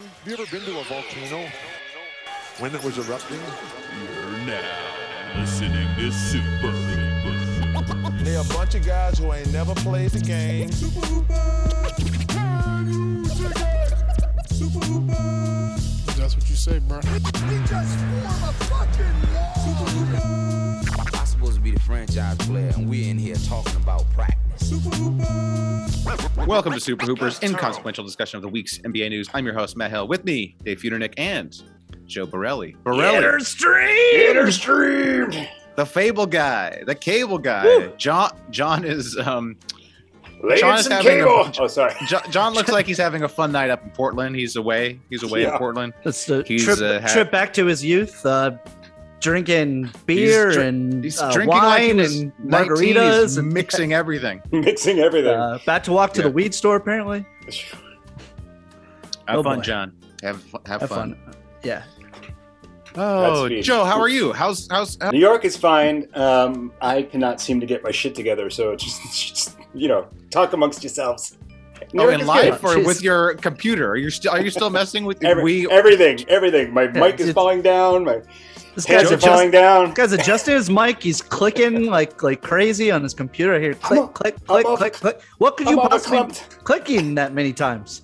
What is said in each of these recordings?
Have you ever been to a volcano when it was erupting? You're now listening to Super Hooper. They a bunch of guys who ain't never played the game. Super Hooper, can you dig it? Super Hooper. That's what you say, bro. We just form a fucking wall. Super Hooper. I'm supposed to be the franchise player, and we're in here talking about practice. Super Hooper. Welcome to Super Hooper's inconsequential discussion of the week's NBA news. I'm your host, Matt Hill. With me, Dave Futernick and Joe Borelli. Borelli. Interstream! Interstream! The Fable guy, the Cable guy. Woo. John John is um Lay John is having cable. A, oh, sorry. John, John looks like he's having a fun night up in Portland. He's away. He's away yeah. in Portland. That's the he's, trip, uh, ha- trip back to his youth. Uh, drinking beer he's dr- and he's uh, drinking wine like and margaritas and mixing everything. mixing everything. Uh, about to walk to yeah. the weed store apparently. Have oh, fun, boy. John. Have have, have fun. fun. Yeah. Oh, Joe, how are you? How's how's oh, how- New York is fine. Um, I cannot seem to get my shit together, so just, just you know, talk amongst yourselves. New oh, York in live or Jeez. with your computer? Are you still are you still messing with Every, we- everything? Everything. My yeah, mic is falling down. My this hands are falling down. Guys, adjusting his mic. He's clicking like like crazy on his computer here. Click, I'm click, a, click, I'm click, off, click. What could I'm you possibly clumped. clicking that many times?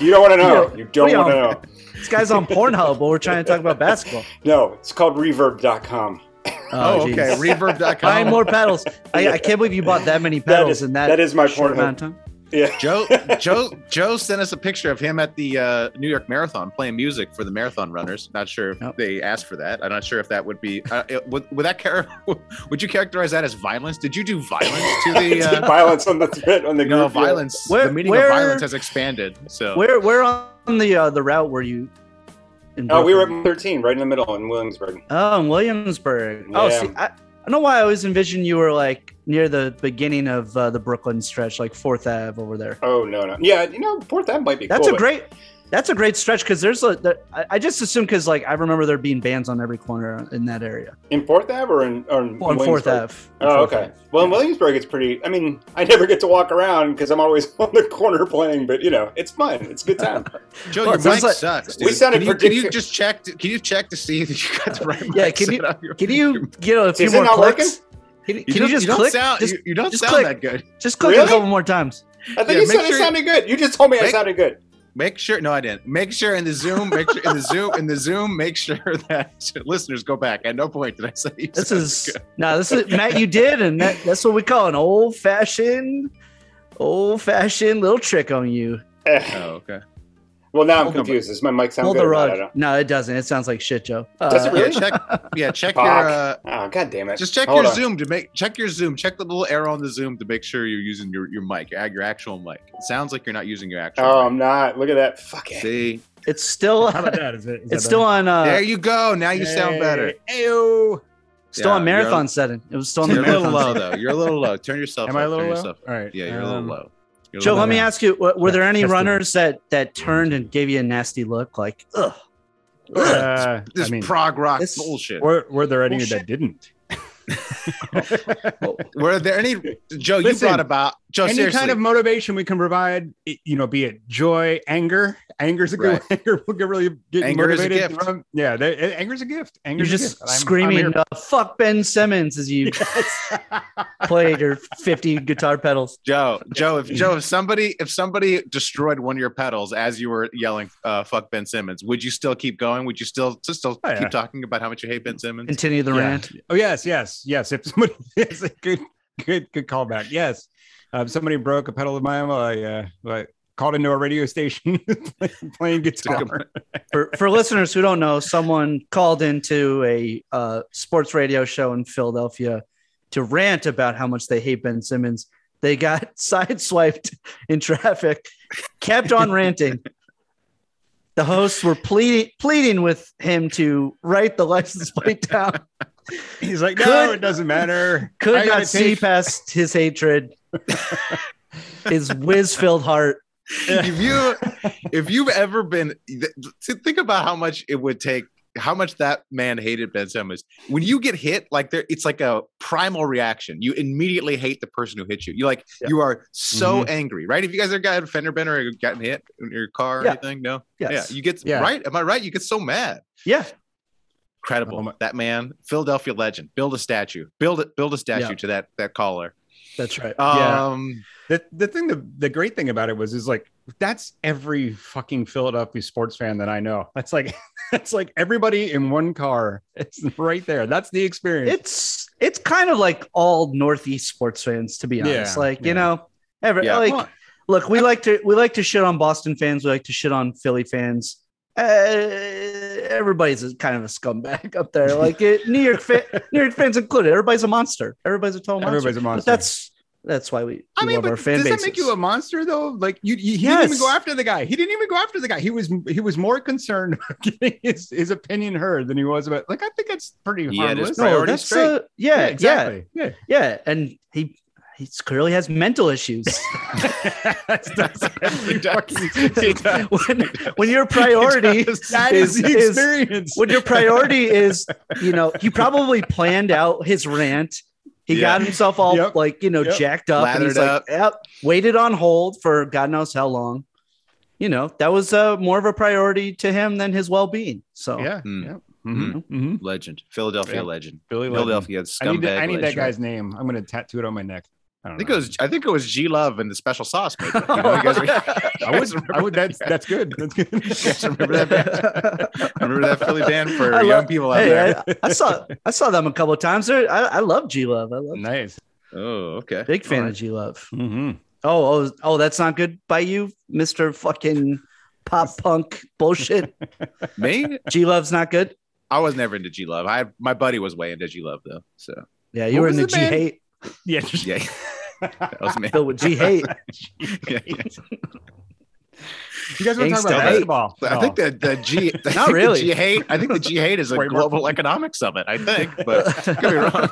you don't want to know. You don't want to know. This guy's on Pornhub, but we're trying to talk about basketball. No, it's called reverb.com. Oh, oh okay. Reverb.com. Buying more pedals. I, I, can't believe you bought that many pedals that is, in that. That is my Pornhub. Yeah. Joe Joe Joe sent us a picture of him at the uh, New York Marathon playing music for the marathon runners. Not sure if nope. they asked for that. I'm not sure if that would be uh, it, would, would that car- would you characterize that as violence? Did you do violence to the uh, violence on the threat on the no violence? Where, the meaning where, of violence has expanded. So where where on the the route were you? Oh, we were at 13, right in the middle in Williamsburg. Oh, in Williamsburg. Yeah. Oh, see, I, I don't know why I always envisioned you were like near the beginning of uh, the Brooklyn stretch, like Fourth Ave over there. Oh no, no, yeah, you know Fourth Ave might be. That's cool, a great. That's a great stretch because there's a. There, I just assume because like I remember there being bands on every corner in that area. In Fourth Ave or in or in well, Fourth Ave. Oh, okay. Ave. Well, in Williamsburg, it's pretty. I mean, I never get to walk around because I'm always on the corner playing, but you know, it's fun. It's a good time. Oh, Joe, well, your mic like, sucks. Dude. We sounded. Can you, can you just check? To, can you check to see that you got the right? Yeah. Mic can you? Your, can you get a few more clicks? Working? Can, you, can don't, you just you click? Sound, just, you, don't just sound click. that good. Just click really? a couple more times. I think yeah, you said sure, it sounded good. You just told me make, I sounded good. Make sure. No, I didn't. Make sure in the Zoom. Make sure in the Zoom. In the Zoom. Make sure that listeners go back. At no point did I say you this is good. no. This is Matt. You did, and that, that's what we call an old fashioned, old fashioned little trick on you. oh, okay. Eh. Well, now I'm Hold confused. Does my mic sound Hold good? The rug. No, it doesn't. It sounds like shit, Joe. Uh, Does it really? Yeah, check, yeah, check Fuck. your. Uh, oh, God damn it! Just check Hold your on. Zoom to make. Check your Zoom. Check the little arrow on the Zoom to make sure you're using your your mic, your actual mic. It sounds like you're not using your actual. Oh, mic. I'm not. Look at that. Fuck it. See. It's still. How about that? Is it? Is it's that still on. Uh, there you go. Now you hey, sound better. Ayo. Still yeah, on marathon setting. It was still on you're the marathon. You're a little low though. You're a little low. Turn yourself. Am up. I a little Turn low? Yourself. All right. Yeah, you're um, a little low. You're Joe, let me ask you: Were, were there any runners that that turned and gave you a nasty look, like ugh, ugh uh, this, this I mean, prog rock this, bullshit? Were, were there any bullshit. that didn't? well, were there any Joe? Listen, you brought about Joe. Any seriously. kind of motivation we can provide, you know, be it joy, anger. Anger's a good. Right. Anger will get really get anger motivated from. Yeah, they, anger's a gift. Anger's You're just gift. screaming, I'm, I'm uh, "Fuck Ben Simmons!" as you yes. play your fifty guitar pedals. Joe, Joe, if Joe, if somebody, if somebody destroyed one of your pedals as you were yelling, uh, "Fuck Ben Simmons," would you still keep going? Would you still still oh, yeah. keep talking about how much you hate Ben Simmons? Continue the yeah. rant. Oh yes, yes yes. If somebody is a good, good, good callback. Yes. Um, somebody broke a pedal of mine while I, uh, I called into a radio station playing guitar. For, for, listeners who don't know, someone called into a uh, sports radio show in Philadelphia to rant about how much they hate Ben Simmons. They got sideswiped in traffic, kept on ranting. The hosts were pleading, pleading with him to write the license plate down. He's like, no, could, it doesn't matter. Could I not see take... past his hatred, his whiz-filled heart. If you, if you've ever been, think about how much it would take how much that man hated Ben Simmons. When you get hit, like there, it's like a primal reaction. You immediately hate the person who hit you. You like Yeah. you are so Mm-hmm. angry, right? If you guys ever got a fender bender or gotten hit in your car or Yeah. anything, no, Yes. yeah, you get Yeah. right. Am I right? You get so mad. Yeah. Incredible, Oh my- that man, Philadelphia legend. Build a statue. Build it. Build a statue Yeah. to that that caller. That's right. yeah. Um, The the thing the, the great thing about it was is like that's every fucking Philadelphia sports fan that I know. That's like that's like everybody in one car. It's right there. That's the experience. It's it's kind of like all Northeast sports fans, to be honest. Yeah, like, yeah. you know, every Yeah. like Well, look, we like to we like to shit on Boston fans, we like to shit on Philly fans. Uh, everybody's a, kind of a scumbag up there. Like it, New York fa- New York fans included. Everybody's a monster. Everybody's a total monster. everybody's a But monster. that's that's why we, we I mean, love but our fan does bases. that make you a monster though? Like you, you he Yes. didn't even go after the guy. He didn't even go after the guy. He was he was more concerned about getting his, his opinion heard than he was about like I think that's pretty He had his harmless. no, priorities that's straight? uh, yeah, yeah, exactly. Yeah. yeah, and he he clearly has mental issues. That's- that's every He does. fucking- He does. when when your priority that is- is, the is- experience. when your priority is, you know, he probably planned out his rant. He Yeah. got himself all Yep. like, you know, Yep. jacked up and he's Lathered up. like, yep, waited on hold for God knows how long. You know, that was uh, more of a priority to him than his well being. So yeah. Mm. mm-hmm. yeah. Mhm, mhm. legend, Philadelphia Yeah. legend, Billy Lillian. Philadelphia I need, scumbag. that- I need that legend. guy's name. I'm gonna tattoo it on my neck. I I don't think know. it was I think it was G Love and the special sauce. Maker. You know, you guys are- I would. I would. That's that's good. That's You guys good. remember that band? I remember that Philly band for I young love- people out Hey, there. I, I saw I saw them a couple of times. They're- I, I love G Love. I love nice. Oh, okay. big fan of G Love. Mm-hmm. Oh, oh, oh, that's not good by you, Mister Fucking Pop Punk bullshit. Me? G Love's not good. I was never into G Love. I my buddy was way into G Love though. So Yeah, you What were in was the the G band? hate. Yeah. yeah, that was me. Filled with G hate. You guys want to talk Gangsta. about basketball? Oh. I think that the G, I think really. The G hate. I think the G hate is a Way more- global economic summit. I think, but could be wrong.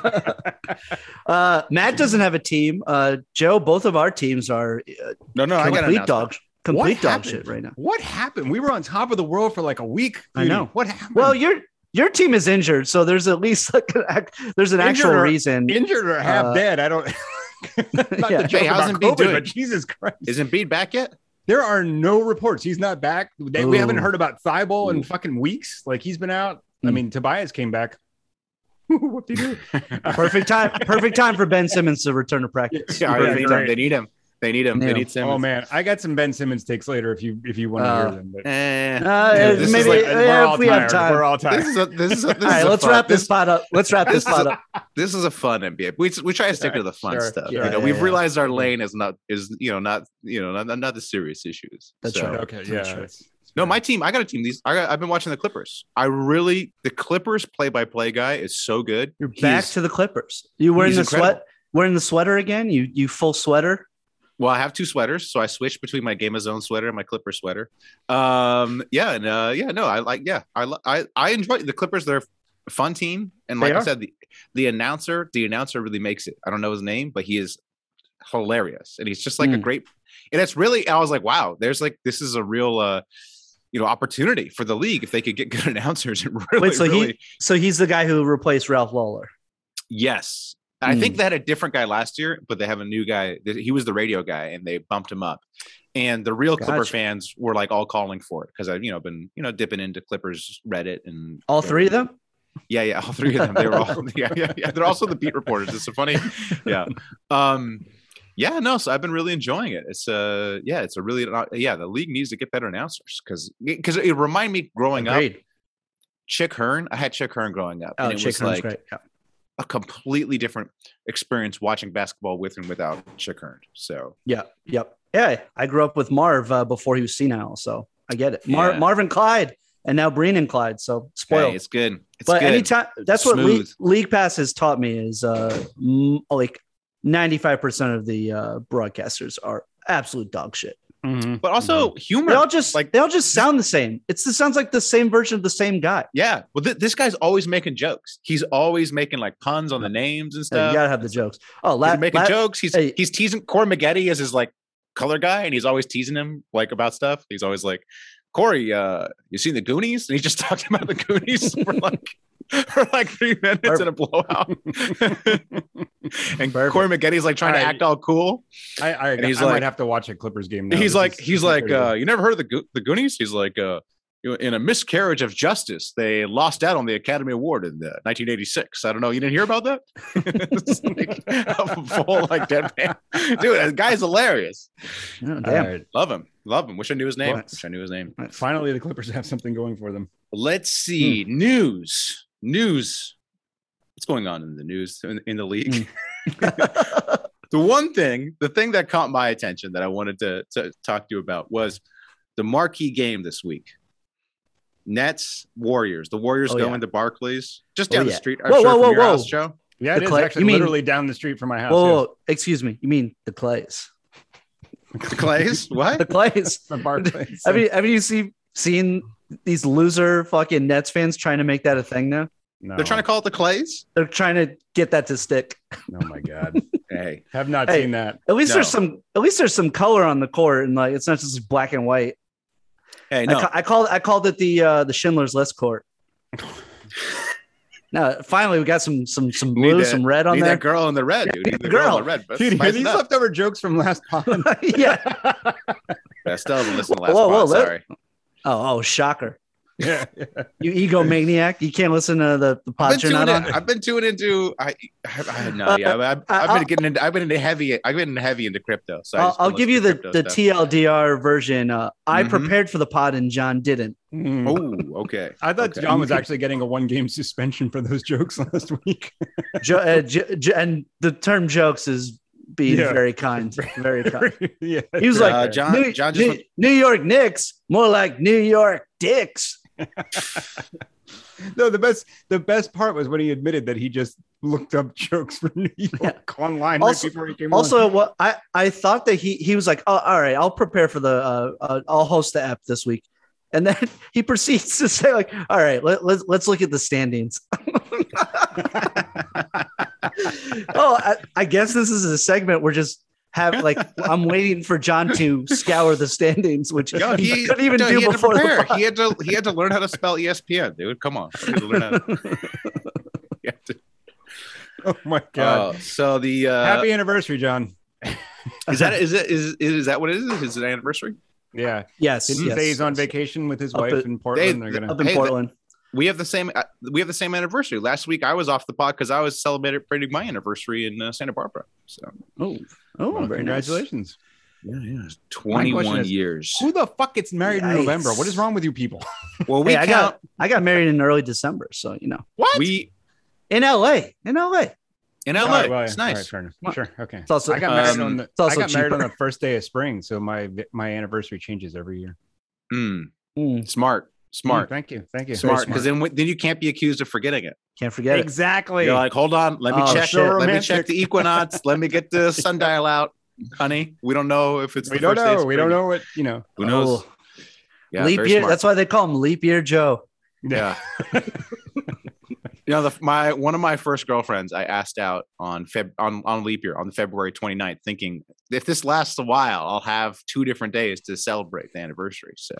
Uh, Matt doesn't have a team. Uh, Joe, both of our teams are uh, No, no, I got complete an dog, complete What dog happened? shit right now. What happened? We were on top of the world for like a week. I Judy. know. What happened? Well, your your team is injured, so there's at least like an ac- there's an Injured actual or reason. injured or half uh, dead. I don't. Not Yeah. the joke Hey, how's about Embiid COVID, doing? but Jesus Christ, Is Embiid back yet? there are no reports. He's not back. They, we haven't Ooh. heard about Thibault Ooh. Hmm. in fucking weeks. Like he's been out. I Mm. mean, Tobias came back. what do you do? Perfect time, perfect time for Ben Simmons to return to practice. Yeah, Perfect they, need time. him. they need him. They need him. Yeah. They need Simmons. Oh man, I got some Ben Simmons takes later if you if you want to Uh, hear them. But Eh. Uh, Yeah, this is maybe like- yeah, we're all if we tired. have time. We're all This tired. is a, this is a, this All is right, a let's fun- wrap this this pot up. Let's wrap this this is pot a- up. this is a fun NBA. We we try to stick Sure, to the fun sure, stuff. sure. you know, Yeah, we've yeah, realized our lane is not is you know not you know not, not the serious issues. That's So- right. Okay, That's yeah. right. it's- it's No, fine. my team. I got a team. These I got, I've been watching the Clippers. I really the Clippers play by play guy is so good. You're He back is- to the Clippers. You wearing he's the incredible. sweat? Wearing the sweater again? You you full sweater? Well, I have two sweaters, so I switched between my Game of Zone sweater and my Clipper sweater. Um, yeah, and uh, yeah, no, I like, yeah, I li- I I enjoy the Clippers. They're a fun team, and They like I are. said, the the announcer, the announcer really makes it. I don't know his name, but he is hilarious, and he's just like a Mm. great. And it's really, I was like, wow, there's like this is a real, uh, you know, opportunity for the league if they could get good announcers. And really, so he- really, So he's the guy who replaced Ralph Lawler. Yes. And I think Hmm. they had a different guy last year, but they have a new guy. Th- He was the radio guy, and they bumped him up. And the real Clipper Gotcha. fans were like all calling for it because I've you know been you know dipping into Clippers Reddit and All three of them? Yeah, yeah, all three of them. They were all yeah, yeah, yeah. They're also the beat reporters. It's so funny. Yeah. Um. Yeah, no. So I've been really enjoying it. It's uh, yeah, it's a really yeah. The league needs to get better announcers because because it remind me growing up. Agreed. Chick Hearn, I had Chick Hearn growing up. Oh, it Chick was Hearn's like- great. Yeah. a completely different experience watching basketball with and without Chick Hearn. So Yeah. Yep. Yeah. I grew up with Marv uh, before he was senile. So I get it. Mar- Yeah. Marvin Clyde and now Breen and Clyde. So spoiled. hey, it's good. It's but good. anytime that's what league, Smooth. league Pass has taught me is uh, m- like 95% of the uh, broadcasters are absolute dog shit. Mhm. but also humor. They all just like Like- they all just sound the same. It's it sounds like the same version of the same guy. yeah. Well, th- this guy's always making jokes. He's always making like puns on the names and So you stuff. gotta have the jokes. Oh, la- He's making la- jokes. He's hey. he's teasing Cormageddon as his like color guy, and he's always teasing him like about stuff. He's always like, Corey, uh, you seen the Goonies? And he just talked about the Goonies for like for like three minutes in a blowout. and Corey McGetty's like trying to All right. act all cool. I, I, And he's I like- might have to watch a Clippers game. Now. he's This like, is- he's like, pretty uh, good. you never heard of the Go- the Goonies? He's like, uh, you know, in a miscarriage of justice, they lost out on the Academy Award in uh 1986. I don't know. You didn't hear about that? It's like, a full like deadpan, dude. That guy's hilarious. Oh, All damn. right. Love him. Love him. Wish I knew his name. What? Wish I knew his name. Finally, the Clippers have something going for them. Let's see Hmm. news. News. What's going on in the news in, in the league? Hmm. the one thing, the thing that caught my attention that I wanted to, to talk to you about was the marquee game this week. Nets Warriors. The Warriors Oh, go yeah. into Barclays just Oh, down the yeah. street. Whoa, I'm sure whoa, from whoa, your whoa. house, Joe. Yeah, The it is Clip- actually you mean- literally down the street from my house. Whoa, yes. whoa, whoa. excuse me. You mean the Clays? The Clays. The What? Clays. The Barclays. have you have you see, seen these loser fucking Nets fans trying to make that a thing now? No. They're trying to call it the Clays. They're trying to get that to stick. Oh my god. Hey, Have not Hey. seen that. At least No. there's some at least there's some color on the court and like it's not just black and white. hey, I, no. ca- I called I called it the uh, the Schindler's List court. no, finally we got some some some Need blue, that- some red on Need there. that girl in the red, dude. Yeah, Need the girl. girl in the red. But Dude, are spice these it up. leftover jokes from last pod? yeah. I still haven't listened to the last Whoa, whoa, one. let- Sorry. Oh, oh, shocker! yeah. You egomaniac! You can't listen to the the I've pod been, you're not tuning, on. I've been tuning into. I, I, I no, yeah, I, I've, I've I'll- been getting into. I've been into heavy. I've been into heavy into crypto. So I I'll, just been I'll give you the listening to the crypto TLDR version. Uh, I Mhm. prepared for the pod and John didn't. Hmm. stuff. Oh, okay. I thought Okay. John was actually getting a one game suspension for those jokes last week. Jo- uh, jo- jo- and the term jokes is being Yeah. very kind, very kind. yeah. He was Uh, like John- New, John just New- went- New York Knicks, more like New York dicks. No, the best the best part was when he admitted that he just looked up jokes for New York online Also- right before he came on. Also, what I I thought that he he was like, oh, all right, I'll prepare for the uh, uh I'll host the app this week, and then he proceeds to say like, all right, let, let's let's look at the standings. oh, I, I guess this is a segment where just have like I'm waiting for John to scour the standings, which Yo, he, he, couldn't even no, do he had before. to the prepare. pod. He had to. He had to learn how to spell E ESPN, dude. Come on. He had to learn how to- He had to- oh my god. Oh, so the uh, Happy anniversary, John. is that is it is is that what it is? Is it an anniversary? Yeah. yes, Didn't he yes, say he's on yes. vacation with his Up wife at- in Portland. They- They're gonna up in Hey, the- Portland. We have the same. uh, We have the same anniversary. Last week I was off the pod because I was celebrating my anniversary in uh, Santa Barbara. So oh, oh, Well, very nice. congratulations. yeah, yeah, question twenty-one is, years. Who the fuck gets married in Yikes. November? What is wrong with you people? Well, we Hey, I count. got I got married in early December, so you know, What? We in L.A. in L.A. in LA. All right, well, yeah. It's All right, nice. fair enough. What? Sure. Okay. It's also I got married um, on the it's also I got married on cheaper. the first day of spring, so my my anniversary changes every year. Mm, Mm, smart, smart, Mm, Hmm. thank you. Thank you. smart. Very Because then then you can't be accused of forgetting it. can't forget it. exactly. You're like, hold on, let me Oh, check. shit. Let me check Romantic. the equinox. let me get the sundial out, honey. We don't know if it's. we the don't first day of know. We don't spring. know what you know. Who knows? Oh, Yeah, leap very year. smart. That's why they call him Leap Year Joe. Yeah. you know, the, my one of my first girlfriends I asked out on Feb on, on leap year on February 29th, thinking if this lasts a while, I'll have two different days to celebrate the anniversary. So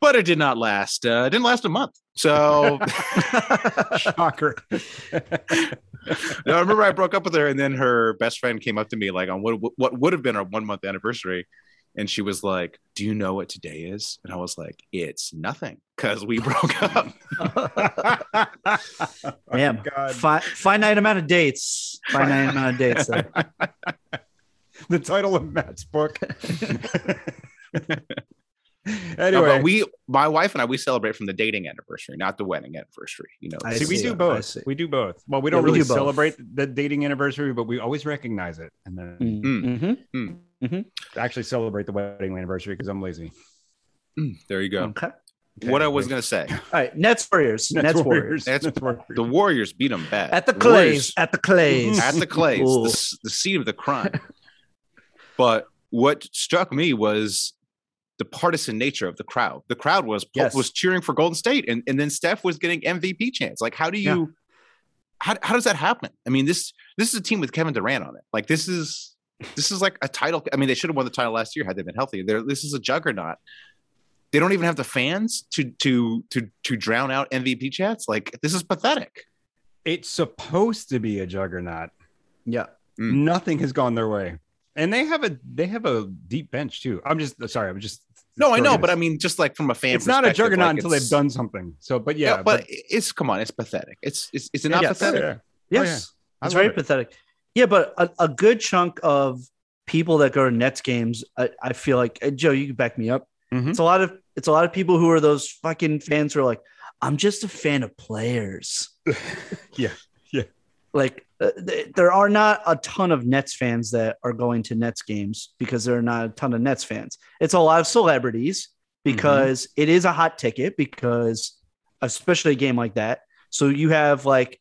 but it did not last. Uh, it didn't last a month. So Shocker. No, I remember I broke up with her, and then her best friend came up to me like on what what would have been our one month anniversary, and she was like, "Do you know what today is?" And I was like, "It's nothing, because we broke up." Damn. Oh, God. Fi- finite amount of dates. Finite amount of dates. there. the title of Matt's book. No, anyway, but we, my wife and I, we celebrate from the dating anniversary, not the wedding anniversary. You know, I see, we see. do I both. see. We do both. Well, we don't Yeah, we really do both. celebrate the dating anniversary, but we always recognize it and then Hmm. Mm, mhm. actually celebrate the wedding anniversary because I'm lazy. Mm, there you go. Oh, Okay. All What I was gonna say, right. Nets Warriors. Nets, Warriors. That's- That's Warriors. the Warriors beat them bad At the Warriors- Clays. At the Clays. at the Clays, Ooh. the, s- the seat of the crime. but what struck me was the partisan nature of the crowd. The crowd was pu- Yes. was cheering for Golden State, and, and then Steph was getting MVP chance. Like, how do Yeah. you? How, how does that happen? I mean this this is a team with Kevin Durant on it. Like this is This is like a title. I mean, they should have won the title last year had they been healthy. They're, this is a juggernaut. They don't even have the fans to to to to drown out MVP chats. Like this is pathetic. It's supposed to be a juggernaut. Mm-hmm. Yeah. Mm. Nothing has gone their way, and they have a they have a deep bench too. I'm just sorry. I'm just No, I know, throwing but this. I mean, just like from a fan, it's not a perspective, juggernaut like, until it's- they've done something. So, but Yeah, yeah, but, it's come on, it's pathetic. It's it's it's not Yeah, pathetic. yeah. Oh, yeah. Yes. I It's love it. very pathetic. Yeah, but a, a good chunk of people that go to Nets games, I, I feel like and Joe, you can back me up. Mhm. It's a lot of it's a lot of people who are those fucking fans who are like, I'm just a fan of players. Yeah, yeah. Like uh, th- there are not a ton of Nets fans that are going to Nets games because there are not a ton of Nets fans. It's a lot of celebrities Mm-hmm. because it is a hot ticket because especially a game like that. So you have like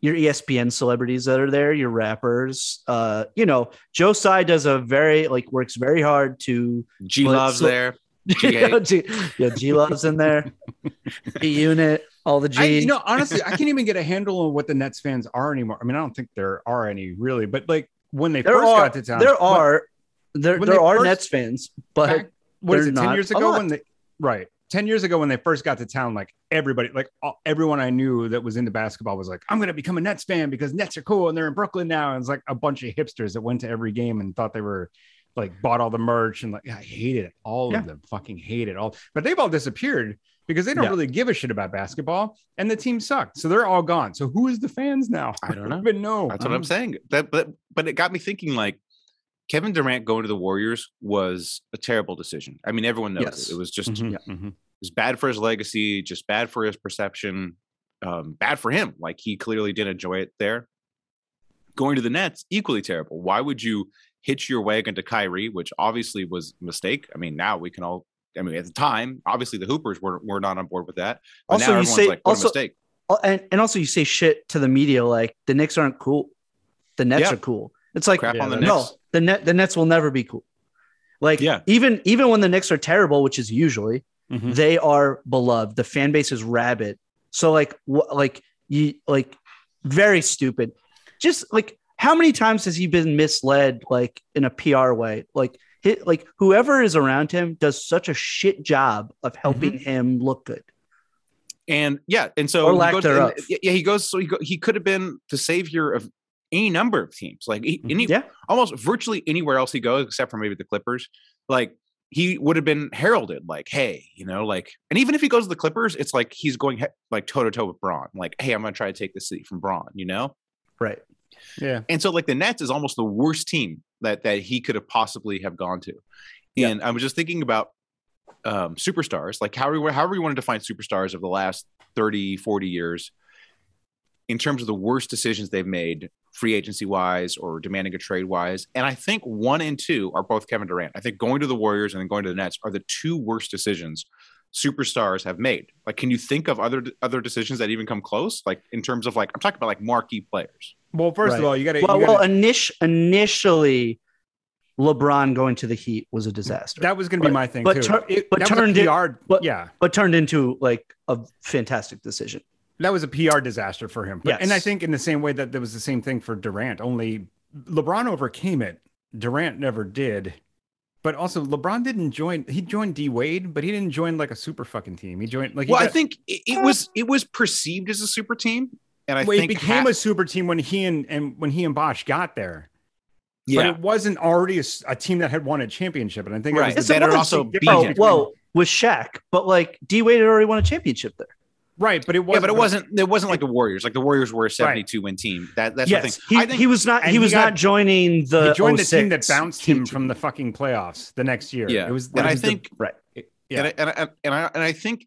your E ESPN celebrities that are there, your rappers. Uh, you know, Joe Tsai does a very like works very hard to G But loves so- there. yeah, G, yeah, G Love's in there, G Unit, all the G. I, you know, honestly, I can't even get a handle on what the Nets fans are anymore. I mean, I don't think there are any really, but like when they there first are got to town, there what- are there, when there they are first- Nets fans, but back, what is they're it, 10 not years a ago lot. when they, right, 10 years ago when they first got to town, like everybody, like all, everyone I knew that was into basketball was like, I'm going to become a Nets fan because Nets are cool and they're in Brooklyn now. And it's like a bunch of hipsters that went to every game and thought they were like bought all the merch and like, I hated it. All Yeah. of them fucking hated all, but they've all disappeared because they don't Yeah. really give a shit about basketball and the team sucked. So they're all gone. So who is the fans now? I don't know. even know. That's what I'm saying. That but but it got me thinking like Kevin Durant going to the Warriors was a terrible decision. I mean, everyone knows Yes. it. It was just Mhm, it Mm-hmm. mhm. was bad for his legacy, just bad for his perception, um, bad for him. Like he clearly didn't enjoy it there. Going to the Nets, equally terrible. Why would you hitch your wagon to Kyrie, which obviously was a mistake? I mean, now we can all I mean, at the time, obviously the Hoopers were, were not on board with that. But Also, now you everyone's say- like, what also- a mistake. Oh, and, and also you say shit to the media like the Knicks aren't cool, the Nets Yeah. are cool. It's like Crap Yeah, on the that- no, Knicks. the net the Nets will never be cool. Like Yeah. Mm-hmm. even even when the Knicks are terrible, which is usually, Mhm. they are beloved. The fan base is rabid. So like wh- like you like very stupid. Just like how many times has he been misled like in a PR way? Like hit like whoever is around him does such a shit job of helping Mm-hmm. him look good. And yeah, and so Or he lack goes- thereof. and- yeah, he goes. So he go, he could have been the savior of any number of teams, like he- any Mm-hmm. Yeah. almost virtually anywhere else he goes, except for maybe the Clippers. Like he would have been heralded, like hey, you know, like and even if he goes to the Clippers, it's like he's going he- like toe to toe with Braun. Like hey, I'm gonna try to take this city from Braun, you know. Right. Yeah. And so like the Nets is almost the worst team that that he could have possibly have gone to. Yeah. And I was just thinking about um superstars, like how we however you want to define superstars of the last 30, 40 years in terms of the worst decisions they've made free agency wise or demanding a trade wise. And I think one and two are both Kevin Durant. I think going to the Warriors and then going to the Nets are the two worst decisions superstars have made. Like can you think of other other decisions that even come close? Like in terms of like I'm talking about like marquee players. Well, first of Right. all, you got to. Well, well, init- initially, LeBron going to the Heat was a disaster, That was going to be But- my thing but too. tur- that but was a turned it- PR, but- yeah, but turned into like a fantastic decision. that was a PR disaster for him. But, Yes. And I think in the same way that there was the same thing for Durant. Only LeBron overcame it. Durant never did. But also, LeBron didn't join. He joined D Wade, but he didn't join like a super fucking team. He joined like. he well, I got- think it, it was it was perceived as a super team, and I well, it think became ha- a super team when he and, and when he and Bosch got there. yeah. But it wasn't already a, s- a team that had won a championship. And I think Right. it was It's the a- better difference also between- beat Oh, him. well, with Shaq, but like D Wade had already won a championship there. right, but it yeah, wasn't. but it wasn't it wasn't like the Warriors. Like the Warriors were a seventy-two win team. That that's yes, the thing. he, I think he was not. and He he was got- not joining the. he joined the team 06 that bounced him Heat from the fucking playoffs the next year. oh Yeah. it was. and it I was the- think right. Yeah. and, I, and I and I and I think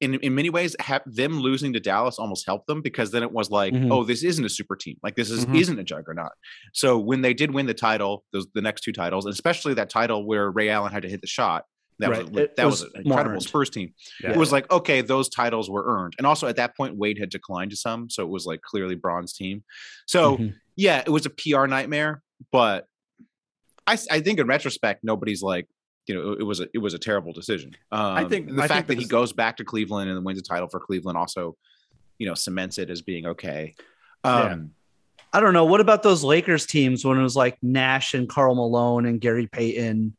in in many ways ha- them losing to Dallas almost helped them because then it was like Mhm. oh this isn't a super team like this is Mhm. isn't a juggernaut. So when they did win the title, those the next two titles, and especially that title where Ray Allen had to hit the shot. That Right. was It that was, was an incredible earned. Spurs team. Yeah. It was like okay, those titles were earned, and also at that point Wade had declined to some, so it was like clearly Bronze team. So Mhm. yeah, it was a PR nightmare, but I, s- I think in retrospect, nobody's like, you know, it, it was a it was a terrible decision. Um, I think- think the I think fact the that he dec- goes back to Cleveland and wins a title for Cleveland also, you know, cements it as being okay. Yeah. Um, I don't know. What about those Lakers teams when it was like Nash and Carl Malone and Gary Payton?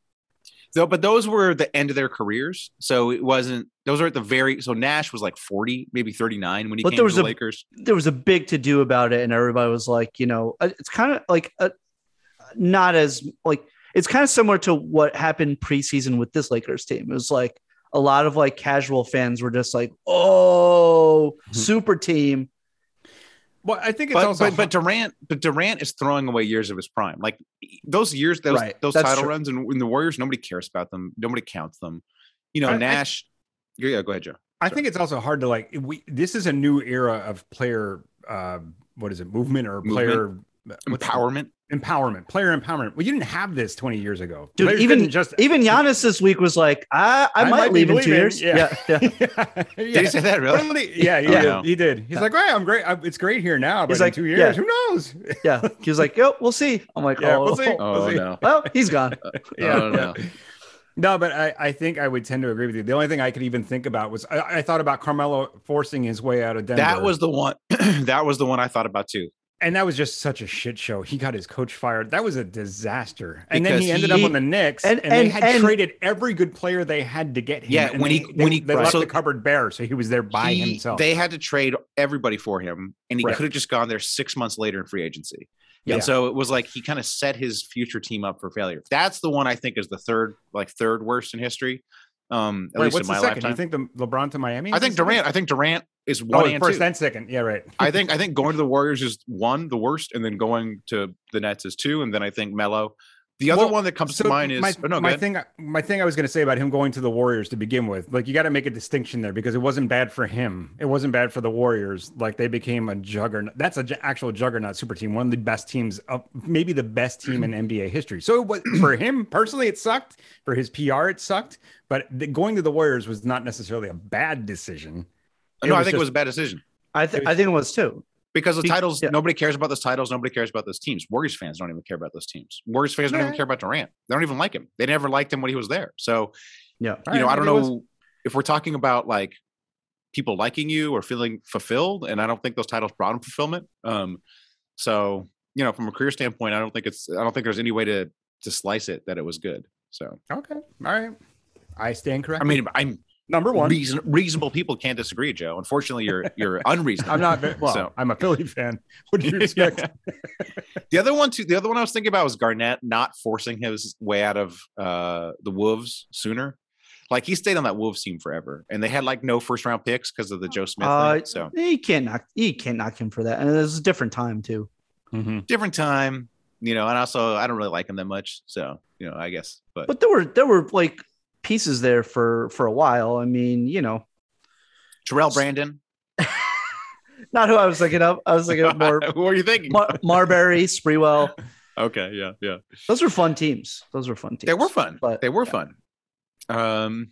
So, but those were the end of their careers. So it wasn't. Those are at the very. So Nash was like forty, maybe thirty nine when he But came there was to the a- Lakers. There was a big to do about it, and everybody was like, you know, uh, it's kind of like uh not as like it's kind of similar to what happened preseason with this Lakers team. It was like a lot of like casual fans were just like, oh, Mm-hmm. super team. Well, I think it's But, also but but Durant, but Durant is throwing away years of his prime. Like those years, those Right, those that's title true. runs and in the Warriors, nobody cares about them. Nobody counts them. You know, I- I- Nash. yeah, go ahead, Joe. I think it's also hard to like we this is a new era of player uh what is it movement or player what's it- Empowerment. empowerment player empowerment well you didn't have this 20 years ago Dude, Players even- couldn't just Even Giannis this week was like, I, I I, might, might be leave in two leaving. years. Yeah. yeah. yeah. yeah, Did he say that really? Totally. yeah, he Oh, did. no. he did he's like well, i'm great I, it's great here now but He's in like, two yeah. years who knows yeah. He was like, yo, we'll see. I'm like, yeah oh, we'll see Oh we'll see. no. well, he's gone. yeah Oh, no. No, but I, I think I would tend to agree with you. The only thing I could even think about was I, I thought about Carmelo forcing his way out of Denver. That was the one. that was the one I thought about too. and that was just such a shit show. He got his coach fired. That was a disaster. And then Because he ended up he- on the Knicks, and- and, and- they had and- traded every good player they had to get him. Yeah, and when they- he- they- when he- they right. left so- the cupboard bare, so he was there by He- himself. They had to trade everybody for him, and he Right. could have just gone there six months later in free agency. Yeah. And so it was like he kind of set his future team up for failure. That's the one I think is the third, like third worst in history. Um, at Wait, least in what's the my second? lifetime. You think the LeBron to Miami? I is the think second? Durant. I think Durant is one Oh, and first two. and second. Yeah, right. I think I think going to the Warriors is one, the worst, and then going to the Nets is two, and then I think Mello. The other Well, one that comes to So mind is my, oh, no, go my ahead. thing. My thing I was going to say about him going to the Warriors to begin with, like you got to make a distinction there because it wasn't bad for him. It wasn't bad for the Warriors. Like they became a juggernaut. That's an actual juggernaut super team, one of the best teams, of, maybe the best team in NBA history. So it was, for him personally, it sucked. For his PR, it sucked. But the, going to the Warriors was not necessarily a bad decision. no, I was think it just- was a bad decision I, th- I think it was too. because the Be- titles yeah. nobody cares about those titles. Nobody cares about those teams. Warriors fans don't even care about those teams. Warriors fans don't even Right. care about Durant. They don't even like him. They never liked him when he was there. So Yeah. All you know, right, I don't maybe it know if we're talking about like people liking you or feeling fulfilled, and I don't think those titles brought him fulfillment. Um, so you know, from a career standpoint, I don't think it's I don't think there's any way to to slice it that it was good. So was- okay, all right. I stand corrected. I mean, I'm number one. reason, reasonable people can't disagree, Joe. Unfortunately, you're you're unreasonable. I'm not. ve- Well, So- I'm a Philly fan. What do you expect? The other one, too, the other one I was thinking about was Garnett not forcing his way out of uh, the Wolves sooner. Like he stayed on that Wolves team forever, and they had like no first round picks because of the Joe Smith. Uh, thing. So He can't knock. He can't knock him for that. And it was a different time too. different time, you know. And also, I don't really like him that much, so you know, I guess. But, But there were there were like pieces there for for a while. I mean, you know, Terrell Brandon, not who I was thinking of. I was thinking of more what were you thinking? Mar- Marbury, Spreewell. okay, yeah, yeah. Those were fun teams. Those were fun teams. They were fun. But they were fun. Um,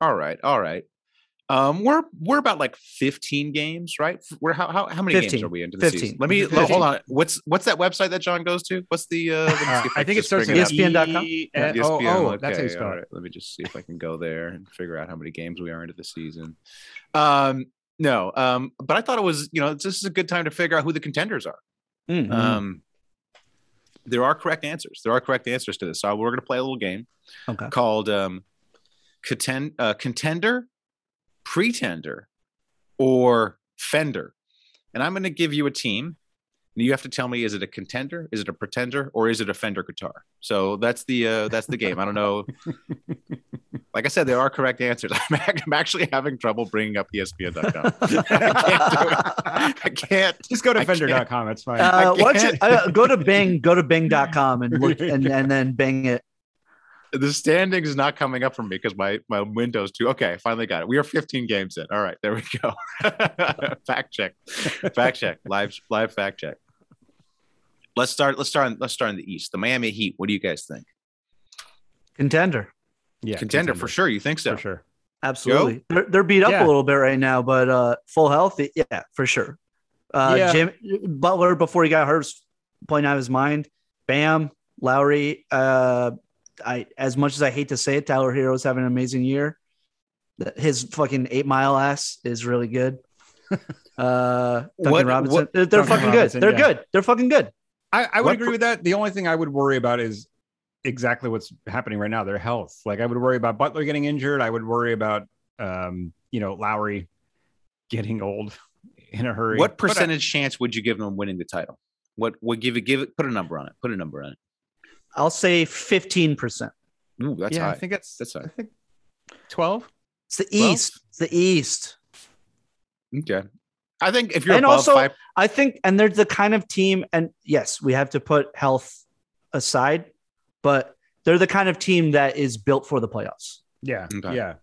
all right, all right. Um, we're we're about like fifteen games, right? We're how how, how many 15, games are we into the season? 15. Let me 15. hold on. What's what's that website that John goes to? What's the? Uh, let me see Uh, if I think it just starts bring with it up. ESPN.com. up. oh, ESPN, oh, that's how you okay, spell all it. right. Let me just see if I can go there and figure out how many games we are into the season. Um, no, um, but I thought it was you know this is a good time to figure out who the contenders are. Mm. Um, there are correct answers. There are correct answers to this. So we're going to play a little game okay. called um, contend, uh, contender, pretender, or fender. And I'm going to give you a team. And you have to tell me: is it a contender? Is it a pretender? Or is it a fender guitar? So that's the uh, that's the game. I don't know. Like I said, there are correct answers. I'm, ac- I'm actually having trouble bringing up E ESPN.com. I can't. Do it. I can't Just go to I can't- fender.com. It's fine. Uh, I why don't you, can't. uh, go to Bing, go to Bing.com and look and, and then Bing it. the standings is not coming up for me because my my window's too okay I finally got it we are 15 games in all right there we go fact check fact check live live fact check let's start let's start let's start in the east the miami heat what do you guys think Contender. yeah, contender, for sure you think so For sure. Absolutely. They're, they're beat up Yeah. a little bit right now, but uh, full health, yeah, for sure. Uh, Yeah. Jim Butler before he got hurt was playing out of his mind. Bam, Lowry. Uh, I as much as I hate to say it, Tyler Hero's having an amazing year. His fucking eight mile ass is really good. Uh, Duncan What- Robinson. what- they're they're Duncan fucking Robinson, good. They're yeah. good. They're fucking good. I, I would What agree pro- with that. The only thing I would worry about is exactly what's happening right now, their health. Like I would worry about Butler getting injured. I would worry about um, you know, Lowry getting old in a hurry. What But I- percentage chance would you give them winning the title? What would give it? Give it. Put a number on it. Put a number on it. I'll say 15%. Ooh, that's yeah, I high. think it's That's high. I think twelve. It's the Well- East. It's the East. okay. I think if you're And above also- five, I think, and they're the kind of team, and yes, we have to put health aside, but they're the kind of team that is built for the playoffs. Yeah. Okay. Yeah.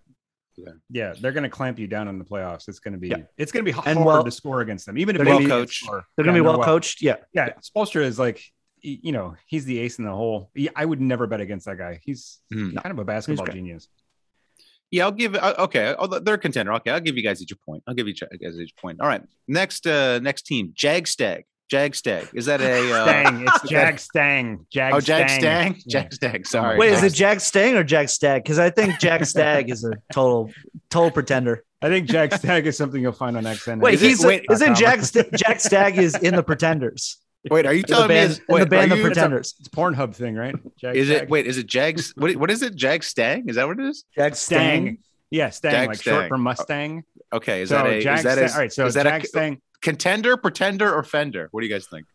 Okay. Yeah, they're going to clamp you down in the playoffs. It's going to be Yeah. it's going to be hard And well- to score against them, even if They're they gonna need be- to coached. score. They're going Yeah, to be no, well coached. Yeah. Yeah, Spolstra is like, y- you know, he's the ace in the hole. He- I would never bet against that guy. He's Hmm. kind of a basketball great. genius. yeah, I'll give. Uh, okay, oh, they're a contender. Okay, I'll give you guys each a point. I'll give you guys each a point. All right, next, uh next team, Jagstag. Jagstag. Is that a? Uh, Stang, it's Jag Stang. Jag oh, Jag Stang. Yeah. Jag Stang. Sorry. Wait, Wait, is it Jack Stang or Jack Stag? Because I think Jack Stag is a total, total pretender. I think Jag Stag is something you'll find on XN. Wait, Is it- he's wait- isn't Jack St- Jack Stag is in the Pretenders, Wait, are you the telling me? band, Is, in wait, the are band, the you- Pretenders. it's a Pornhub thing, right? Jag Is it? Stag. Wait, is it Jags? What? What is it? Jag Stang? Is that what it is? Jack Stang? Stang. Yeah, Stang, Jag like Stang. short for Mustang. Okay, is so that a? Jag is that Stang. a? All right, so is that Jag a Stang. contender, pretender, or fender? What do you guys think?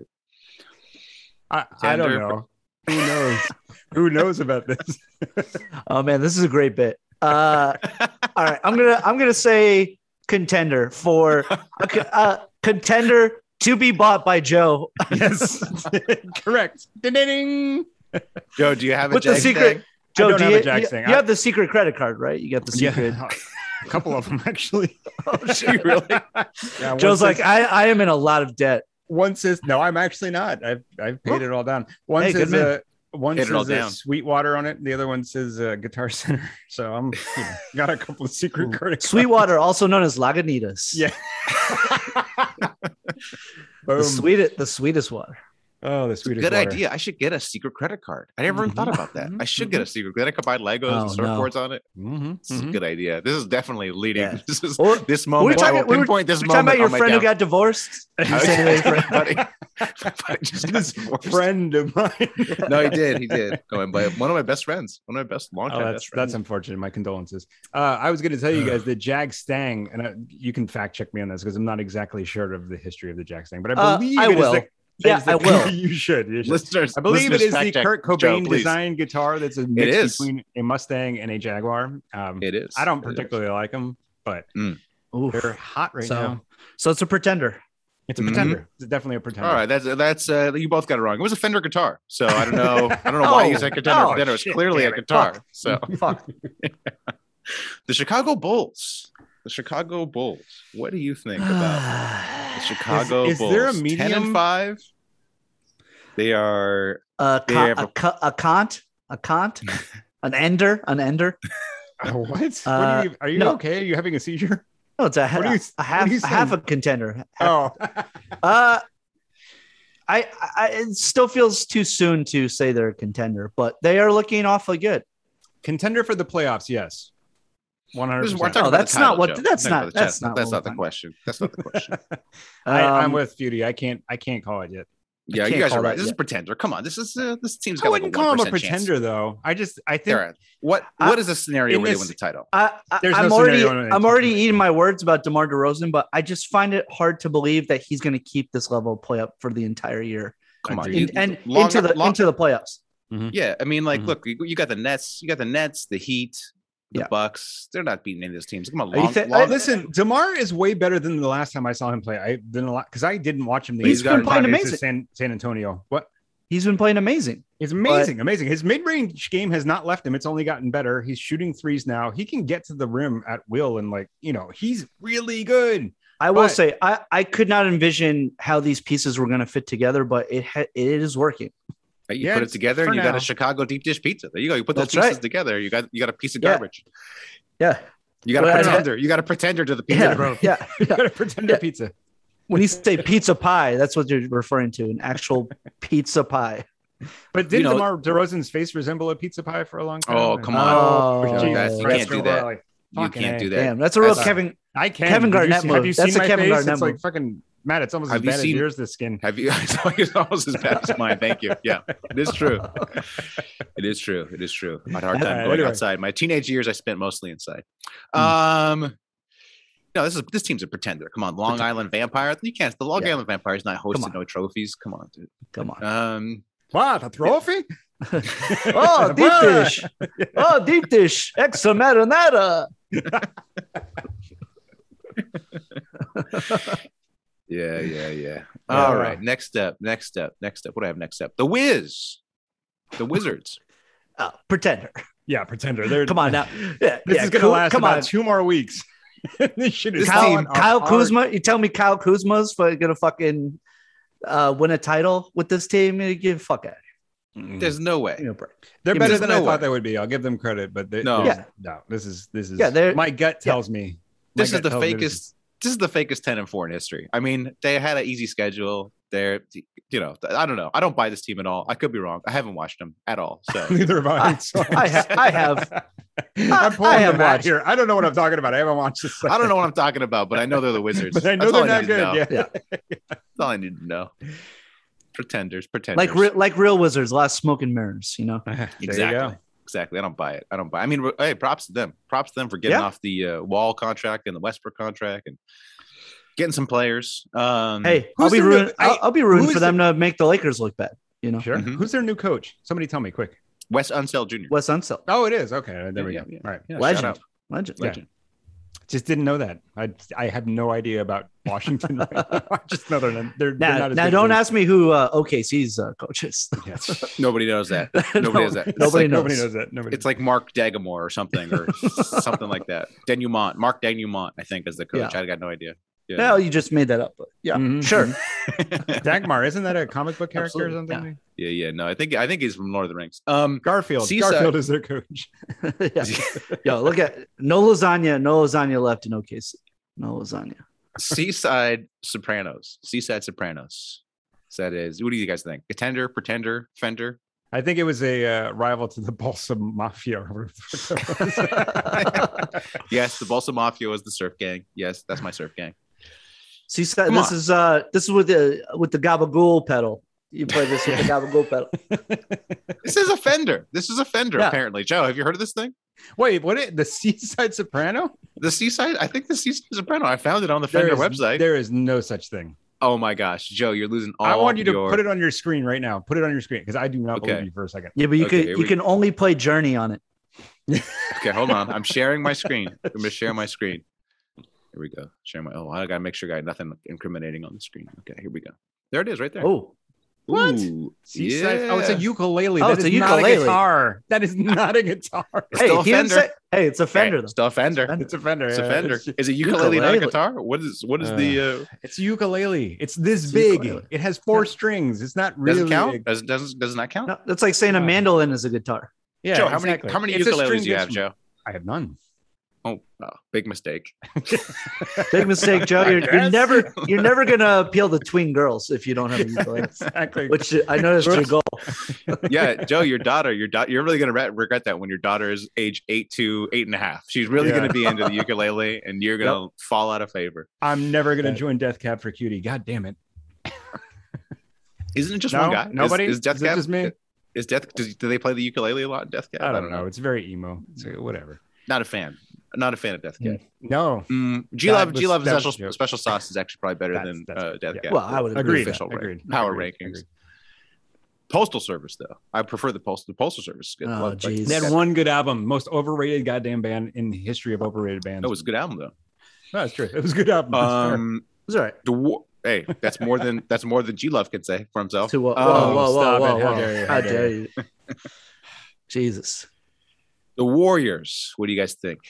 I, I don't Contender. know. Who knows? Who knows about this? Oh man, this is a great bit. Uh, all right, I'm gonna I'm gonna say contender for uh, contender to be bought by Joe yes, correct. Ding-ding. Joe, do you have a with the Jag secret. Stang? Joe, don't do have you, a Jack you- Stang. you I- have the secret credit card, right? You got the secret. Yeah, a couple of them actually. Do you really? Yeah, Joe's one like, I, I am in a lot of debt. one says no i'm actually not i've i've paid it all down one Hey, good says man. uh one Paid it all says uh, down. sweetwater on it the other one says uh, guitar center so i'm you know, got a couple of secret credit Sweetwater, also known as Lagunitas. Yeah. The cards. Boom. sweetest, the sweetest water. oh the It's a sweetest good water. idea. I should get a secret credit card. I never even Mhm. thought about that. I should get a secret credit. I could buy Legos and Mm-hmm. Oh, no. surfboards on it. Mhm, This is a mhm. good idea. This is definitely leading. Mm-hmm. Yeah. This is Oh, Or- this moment. talking- I will we were- pinpoint this You're moment. talking about your on my friend who down- got divorced? I You was- saying that your friend- buddy- buddy just got divorced. friend of mine No, he did. He did. No, my- one of my best friends. One of my best long Oh, time that's best friends. that's unfortunate. My condolences. Uh, I was going to tell you guys that Jag Stang, and I, you can fact check me on this because I'm not exactly sure of the history of the Jag Stang, but I Uh, believe I it is will. the- it yeah, is the- I will. you should. You should. Listeners, I believe it listeners, is fact the check Kurt Joe, Cobain please. designed guitar that's a mix is. between a Mustang and a Jaguar. Um, It is. I don't It is. particularly like them, but Oof. they're hot right So- now. So it's a pretender. It's a Mhm. pretender. It's definitely a pretender. All right, that's that's uh, you both got it wrong. It was a Fender guitar, so I don't know. I don't know why you Oh, said contender. oh, contender. It was shit, clearly a damn it. guitar. So Fuck. the Chicago Bulls, the Chicago Bulls. What do you think about the Chicago is Bulls? there a Ten and medium? five. They are. a, They con- have a, a- co- a cont, a cont, an ender, an ender. Uh, what? What Uh, are you, are you no. okay? Are you having a seizure? No, it's a, What are you- a what half, are you a half a contender. Oh, Uh, I, I, it still feels too soon to say they're a contender, but they are looking awfully good. contender for the playoffs. Yes, one This hundred is- we're percent. talking No, about the that's not title, what- Joe. that's We're talking not- about the that's title. not That's what not the we're question. That's not the question. I'm Um, with Feudy. I can't. I can't call it yet. yeah, can't you guys call are right. that This is yet. pretender. Come on, this is uh, this team's I got like a wouldn't call him a 1% chance. pretender though. I just. I think. They're- What I- what is the scenario in where they this- win the title? I, I, There's I'm no already, scenario in- I'm already eating my words about DeMar DeRozan, but I just find it hard to believe that he's going to keep this level of play up for the entire year Come on, agree. you- and, and long- into the long- into the playoffs. Yeah, I mean, like, Mhm. look, you, you got the Nets, you got the Nets, the Heat, the Yeah. Bucks. They're not beating any of those teams. Come on, you long, thi- long, I- Listen, Demar is way better than the last time I saw him play. I than a lot because I didn't watch him. The He's entire been playing time. It's amazing. just San, San Antonio. What? He's been playing amazing. It's amazing, amazing. His mid-range game has not left him. It's only gotten better. He's shooting threes now. He can get to the rim at will, and like you know, he's really good. I will But- say I, I could not envision how these pieces were going to fit together, but it ha- it is working. you yeah, put it together, for and you got now. a Chicago deep dish pizza. There you go. You put those That's right. pieces together. You got you got a piece of Yeah. garbage. Yeah, You got Well, a I- pretender. You got a pretender to the pizza, yeah, bro. yeah. You got a pretender Yeah. pizza. When you say pizza pie, that's what you're referring to—an actual pizza pie. But did You know- Demar Derozan's face resemble a pizza pie for a long time? Oh, come on. for Oh, Jesus guys, you Christ, can't do that. Riley. You Fucking can't A. do that. Damn, that's a real That's- Kevin. I can. Kevin Did you Garnett see- move. Have you That's seen a my Kevin face? Garnett It's like move. fucking Matt. It's almost Have as you bad as seen- yours. This skin. Have you? It's almost- almost as bad as mine. Thank you. Yeah, it is true. It is true. It is true. I had a hard All time right, going anyway. outside. My teenage years, I spent mostly inside. Hmm. Um, no, this is this team's a pretender. Come on, Long Island Vampire. You can't. The Long Yeah. Island Vampire is not on. hosting no trophies. Come on, dude. Come on. Um, What a trophy? Oh, deep Bruh. dish. Oh, deep dish. Extra marinara. yeah, yeah, yeah. All Yeah. right. Next step. Next step. Next step. What do I have next step? The Wiz. The Wizards. Oh, pretender. Yeah, pretender. They're, Come on now. Yeah, This yeah, is gonna Ku- last Come about on. two more weeks. this shit is Kyle, falling Kyle apart. Kuzma. You tell me Kyle Kuzma's fu- gonna fucking uh, win a title with this team? You Give fuck out. There's no way. Give me a break. They're Give me better this than I nowhere. thought they would be. I'll give them credit, but they, No. there's- Yeah. no, this is this is Yeah, they're- my gut tells me my this is gut the tells me this fakest. This is the fakest ten and four in history. I mean, they had an easy schedule. They're, you know, I don't know. I don't buy this team at all. I could be wrong. I haven't watched them at all. So is- Neither have I. I- I ha- I have- I'm pulling I have them out watched. here. I don't know what I'm talking about. I haven't watched this. I don't know what I'm talking about, but I know they're the Wizards. but I know That's all they're not need to know. good. Yeah. Yeah. That's all I need to know. Pretenders, pretenders. Like re- like real wizards, a lot of smoke and mirrors. You know. There you exactly, go. exactly. I don't buy it. I don't buy. I mean, re- hey, props to them. Props to them for getting Yeah. off the uh, Wall contract and the Westbrook contract and getting some players. Um, Hey, Hmm. Who's I'll be the new- rooting. I- I'll, I'll be rooting who for is them to make the Lakers look bad. You know. Sure. Mhm. Who's their new coach? Somebody tell me quick. Wes Unseld Jr. Wes Unseld, Oh, it is. Okay. There we Yeah, go. yeah. All right. Yeah, shout legend. out. Legend. Yeah. Legend. Just didn't know that. I I have no idea about Washington. right now. I just know they're not, they're, they're Now, not as now good don't as ask me who uh, OKC's uh, coach is. we- Yeah. Nobody knows that. Nobody knows that. It's Nobody like- knows. Nobody knows that. Nobody. It's like Mark Dagomore or something, or something like that. Denumont, Mark Denumont, I think, is the coach. I got no idea. Yeah. No, you just made that up. But yeah, Mhm. sure. Dagmar, isn't that a comic book character or Absolutely, something? yeah, yeah. No, I think I think he's from Lord of the Rings. Um, Garfield. Seaside. Garfield is their coach. Yeah. Yo, look at no lasagna, no lasagna left in OKC. No lasagna. Seaside Sopranos, Seaside Sopranos. So that is. What do you guys think? Contender, pretender, fender. I think it was a uh, rival to the Balsa Mafia. or whatever the fuck that was. Yes, the Balsa Mafia was the surf gang. Yes, that's my surf gang. See, so Come this on. is uh this is with the with the gabagool pedal. You play this with the gabagool pedal. This is a fender. This is a fender. Yeah. Apparently, Joe, have you heard of this thing? Wait, what? It, the Seaside Soprano? The Seaside. I think the Seaside Soprano. I found it on the There Fender is- website. There is no such thing. oh my gosh, Joe, you're losing all. I want you to your- put it on your screen right now. Put it on your screen because I do not Okay. believe you for a second. Yeah, but you Okay, could here you we- can only play Journey on it. Okay, hold on. I'm sharing my screen. I'm gonna share my screen. Here we go. Share my. Oh, I gotta make sure I got nothing incriminating on the screen. Okay, here we go. There it is, right there. Oh, what? Ooh, Seaside. Oh, it's yeah. a ukulele. Oh, That it's is a Not a ukulele. guitar. That is not a guitar. It's hey, still a he didn't Fender. say, hey, it's a Fender Hey, still a fender. Fender. It's a Fender. It's a yeah. fender. It's- Is it ukulele, not a Ukulele. guitar? What is what is the? Uh, It's a ukulele. It's this It's a big. ukulele. It has four strings. It's not really. doesn't a- count. Doesn't doesn't does not count. No, that's like saying a Wow. mandolin is a guitar. Yeah. Joe, how exactly. many how It's a many ukuleles string do you have, instrument. Joe? I have none. Oh, wow, big mistake. Big mistake, Joe. You're, you're Yes. never you're never gonna appeal to tween girls if you don't have a ukulele. Exactly. Which I noticed your goal. Yeah, Joe, your daughter, your daughter, you're really gonna re- regret that when your daughter is age eight to eight and a half. She's really Yeah. gonna be into the ukulele, and you're gonna fall out of favor. I'm never gonna Yeah. join Death Cab for Cutie. God damn it. Isn't it just No, one guy? Is- nobody. Is, Death Is it Cab? just me? Is Death? Does, do they play the ukulele a lot in Death Cab? I don't, know. It's very emo. So whatever. Not a fan. Not a fan of Death Cab. No. Mm. G Love, was- G Love Hmm. that was a special joke. special sauce is actually probably better That's- than that's uh, good. Death Yeah. Cab. Well, I would agree. Agreed. with that. Official rank- Agreed. power Agreed. rankings. Agreed. Postal Service though, I prefer the postal. The postal service. is Good. Oh, Love, like, jeez. They that, had one good album, most overrated goddamn band in the history of overrated bands. that was a good album though. No, that's true. It was a good album. Um, It's all right. the war. Hey, that's more than that's more than G Love can say for himself. To, whoa, Um, whoa, whoa, whoa, stop whoa, it. How whoa. dare you. How dare you? Jesus. The Warriors. What do you guys think?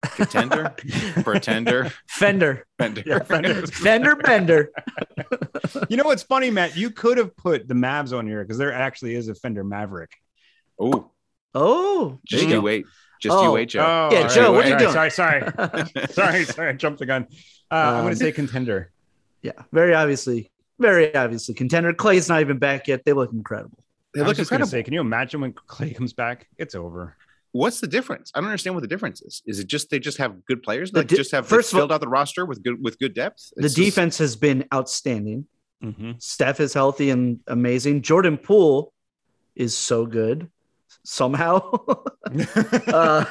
Contender, pretender, Fender. fender. Yeah, Fender. Fender Bender. you know what's funny, Matt? You could have put the Mavs on here because there actually is a Fender Maverick. Oh, Oh, just there you you wait. Just you Oh. wait, Joe. Oh, Yeah, all Joe, what are you all doing? Sorry, sorry, go. sorry, sorry. I jumped the gun. Uh, I'm Um, going to say contender. yeah, very obviously, very obviously contender. Clay's not even back yet. They look incredible. they I was look just gonna incredible. Say, can you imagine when Clay comes back? It's over. What's the difference? I don't understand what the difference is. Is it just they just have good players? The Like de- just have first first of all- filled out the roster with good with good depth. The It's just- defense has been outstanding. Mm-hmm. Steph is healthy and amazing. Jordan Poole is so good somehow. uh,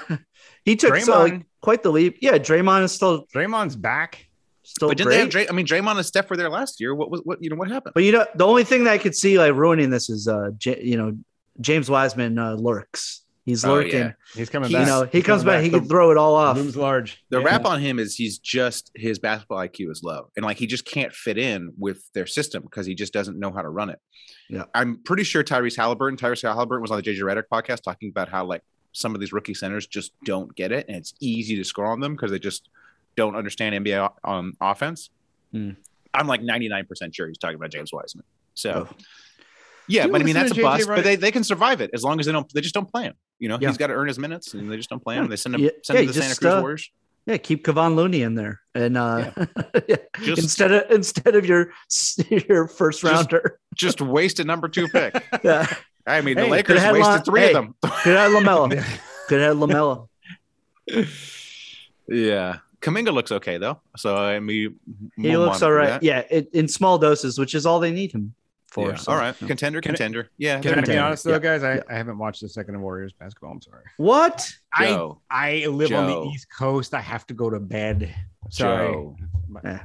he took so, like, Draymond. quite the leap. Yeah, Draymond is still Draymond's back. still but did great. they have? Dray- I mean, Draymond and Steph were there last year. What was what? You know what happened? but you know, the only thing that I could see like ruining this is uh, J- you know, James Wiseman uh, lurks. He's Oh, lurking. yeah. He's coming He- back. you know, he He's comes coming back. He The can throw it all off. Room's large. The Yeah. rap on him is he's just his basketball IQ is low, and like he just can't fit in with their system because he just doesn't know how to run it. Yeah. I'm pretty sure Tyrese Halliburton. Tyrese Halliburton was on the JJ Redick podcast talking about how like some of these rookie centers just don't get it, and it's easy to score on them because they just don't understand NBA o- on offense. Hmm. I'm like 99 percent sure he's talking about James Wiseman. So. Oh. Yeah, Do you but I mean listen that's to JJ a bust. Redick? But they, they can survive it as long as they don't they just don't play him. You know Yeah. he's got to earn his minutes, and they just don't play him. They send him Yeah, send yeah, him to you the Santa just, Cruz uh, Warriors. Yeah, keep Kevon Looney in there, and uh, Just- instead of instead of your your first rounder, just wasted number two pick. yeah. I mean, Hey, the could've Lakers had wasted Lon- three hey. of them. could have had Lamella, could have had Lamella. yeah, Kaminga looks okay though. So I mean, He we'll looks monitor all right. that. Yeah, it, in small doses, which is all they need him for. Yeah. so. all right, contender, Can I- contender. yeah, Can I be Yeah. honest though, Yeah. guys? I, Yeah. I haven't watched a second of Warriors basketball. I'm sorry. What? Joe. I I live on the Joe. East Coast. I have to go to bed. Sorry. Joe. Yeah.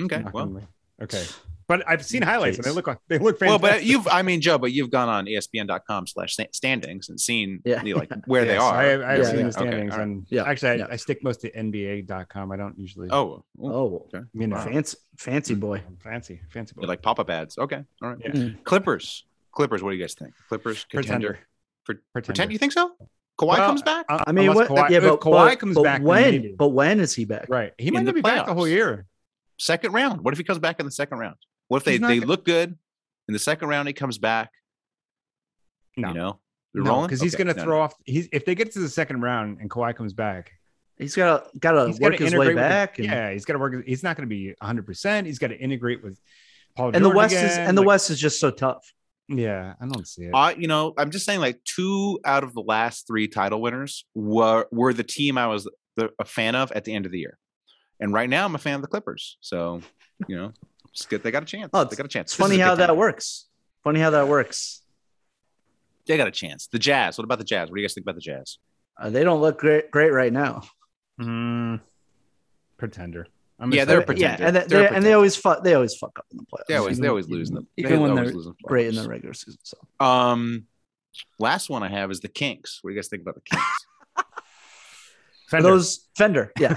Okay, Not well, gonna- okay. But I've seen highlights and they Jeez. look like- they look well, fantastic. but you've, I mean, Joe, but you've gone on E ESPN.com/standings and seen Yeah. you know, like where they Yes, are. I, have- I have Yeah, seen yeah. the standings. Okay, all right. and Yeah, actually, I, yeah. I stick most to NBA.com. I don't usually. Oh, well, Oh, you know, fancy, fancy boy. I'm fancy, fancy. you like pop-up ads. Okay, all right. Oh. Yeah. Mm. Clippers, Clippers. What do you guys think? Clippers, contender, pretender. Pre- Pretender. pretend. You think so? Kawhi Well, comes back. Uh, I mean, unless what? Kawhi, yeah, but if Kawhi but- comes but back then when? maybe. But when is he back? right? He In might the not be back the playoffs. whole year. second round. What if he comes back in the second round? What if they, He's not they go- look good in the second round? He comes back. No. You know, they're No, rolling because he's Okay, going to no, no. throw off. He's if they get to the second round and Kawhi comes back, He's got to got to he's gotta work his integrate with way the- back. and, yeah, he's got to work. He's not going to be 100. percent He's got to integrate with Paul. and the George West is again, and the like- West is just so tough. Yeah, I don't see it. I, you know, I'm just saying, like two out of the last three title winners were were the team I was the, a fan of at the end of the year, and right now I'm a fan of the Clippers. So, you know, it's good. They got a chance. Oh, they got a chance. It's This is funny a how good that time. works. Funny how that works. They got a chance. The Jazz. What about the Jazz? What do you guys think about the Jazz? Uh, they don't look great great right now. Mm, pretender. I'm Yeah, excited. they're But- pretender. Yeah, and they- They're they're- and they pretender. always fuck. They always fuck up in the playoffs. They always they Even- always lose in the even they when always they're lose in the great in playoffs. the regular season. So Um, last one I have is the Kinks. What do you guys think about the Kinks? Fender. those Fender, yeah,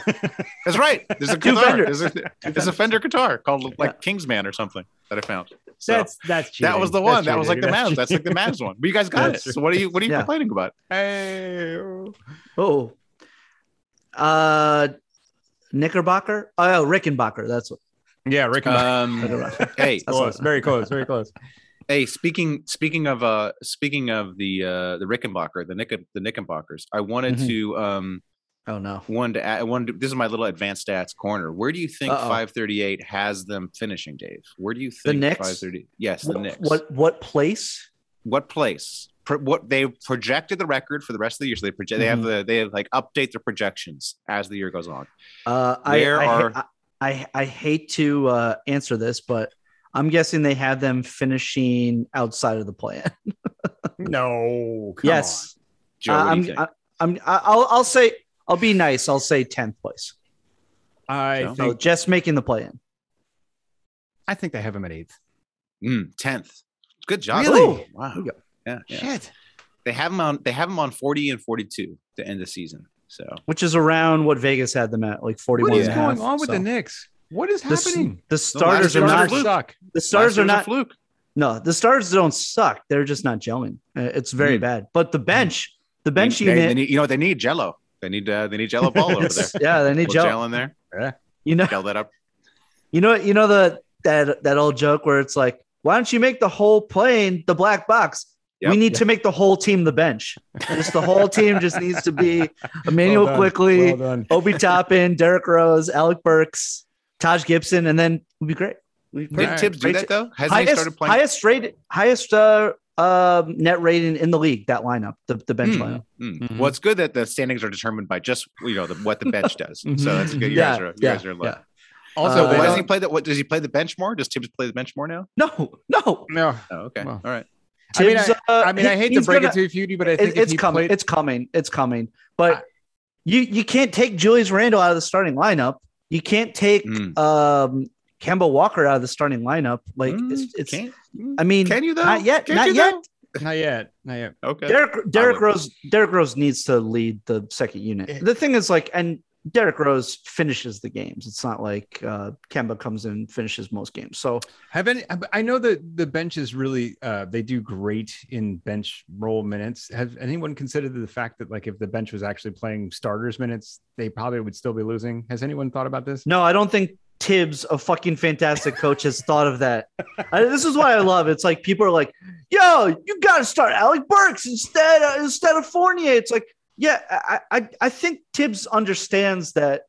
That's right. There's a Two guitar. Fenders. There's a, there's a Fender guitar called like Kingsman or something that I found. So that's that's that was the cheating. one. That was like the cheating. Mavs. That's like the cheating. Mavs one. But you guys got it. That's So what are you what are you Yeah. complaining about? Hey. Oh, uh, Knickerbocker. Oh, Rickenbacker. That's what. Yeah, Rick and Um, Knickerbocker. hey, That's close, what- very close, very close. hey. Speaking speaking of uh speaking of the uh the Rickenbacker, the Nick the Knickenbockers. I wanted Mhm. to um Oh no. one to add, I wanted to, this is my little advanced stats corner. Where do you think Uh-oh. 538 has them finishing, Dave? Where do you think Knicks? 530? Yes, the Knicks. What, what what place? what place pro- what they projected the record for the rest of the year so they project they have Mhm. the they like update their projections as the year goes on Uh, I, Where I, are- I, I I hate to uh, answer this, but I'm guessing they had them finishing outside of the plan. No, come yes, joe Uh, what do I'm, you think? I, I'm. I- I'll I'll say I'll be nice. I'll say tenth place. on. I No. So think just making the play in. I think they have him at eighth. Mm, 10th good job Really? Ooh, wow Here we yeah, yeah. Shit. they have them on they have them on 40 and 42 to end the season so which is around what Vegas had them at, like 41. What is and a going half, on with so. the Knicks? What is The s- happening? The starters The are not. starters fluke. suck. The Last starters year are was a not. fluke No, the starters don't suck. They're just not gelling. Uh, It's very Mm. bad. But the bench, the bench they, unit. they need, you know what they need jello they need uh, they need jello ball over there it's- yeah, they need Little gel. gel in there You know, gel that up you know, you know the that that old joke where it's like, why don't you make the whole plane the black box? Yep. We need to make the whole team the bench. Just the whole team just needs to be Emmanuel done. quickly. Well done. Obi Toppin, Derek Rose, Alec Burks, Taj Gibson, and then we'll be great. We'll be did great. tibbs do Great that team. though hasn't he Highest, started playing highest rated, highest uh, um, net rating in the league. That lineup, the, the bench Hmm. lineup. Mm. Mhm. Well, it's good that the standings are determined by just you know the, what the bench does. Mhm. So that's good. You Yeah, guys are you yeah, guys are in luck. Also, Uh, they Why does don't- he play that? What does he play the bench more? Does Tibbs play the bench more now? No, no. no. Oh, okay. Well. All right. I mean, Tibbs, uh, I mean, I he- hate to he's break gonna- it to you, Feudy, but I think it- if it's he coming. played, It's coming. It's coming. But I- you you can't take Julius Randle out of the starting lineup. You can't take Hmm. Mm. um Kemba Walker out of the starting lineup. Like Hmm, Mm, it's, it's can, I mean, can you though? not yet. Can't Not you, yet. not yet, not yet. though? Okay. Derek Derek would- Rose Derek Rose needs to lead the second unit. the thing is like and Derek Rose finishes the games. It's not like uh Kemba comes in and finishes most games. So Have any? I know that the bench is really uh, they do great in bench role minutes. Have anyone considered the fact that like if the bench was actually playing starters minutes, they probably would still be losing? Has anyone thought about this? no, I don't think Tibbs, a fucking fantastic coach, has thought of that. I, this is what I love. It's like people are like, "Yo, you got to start Alec Burks instead of, instead of Fournier." It's like, yeah, I, I I think Tibbs understands that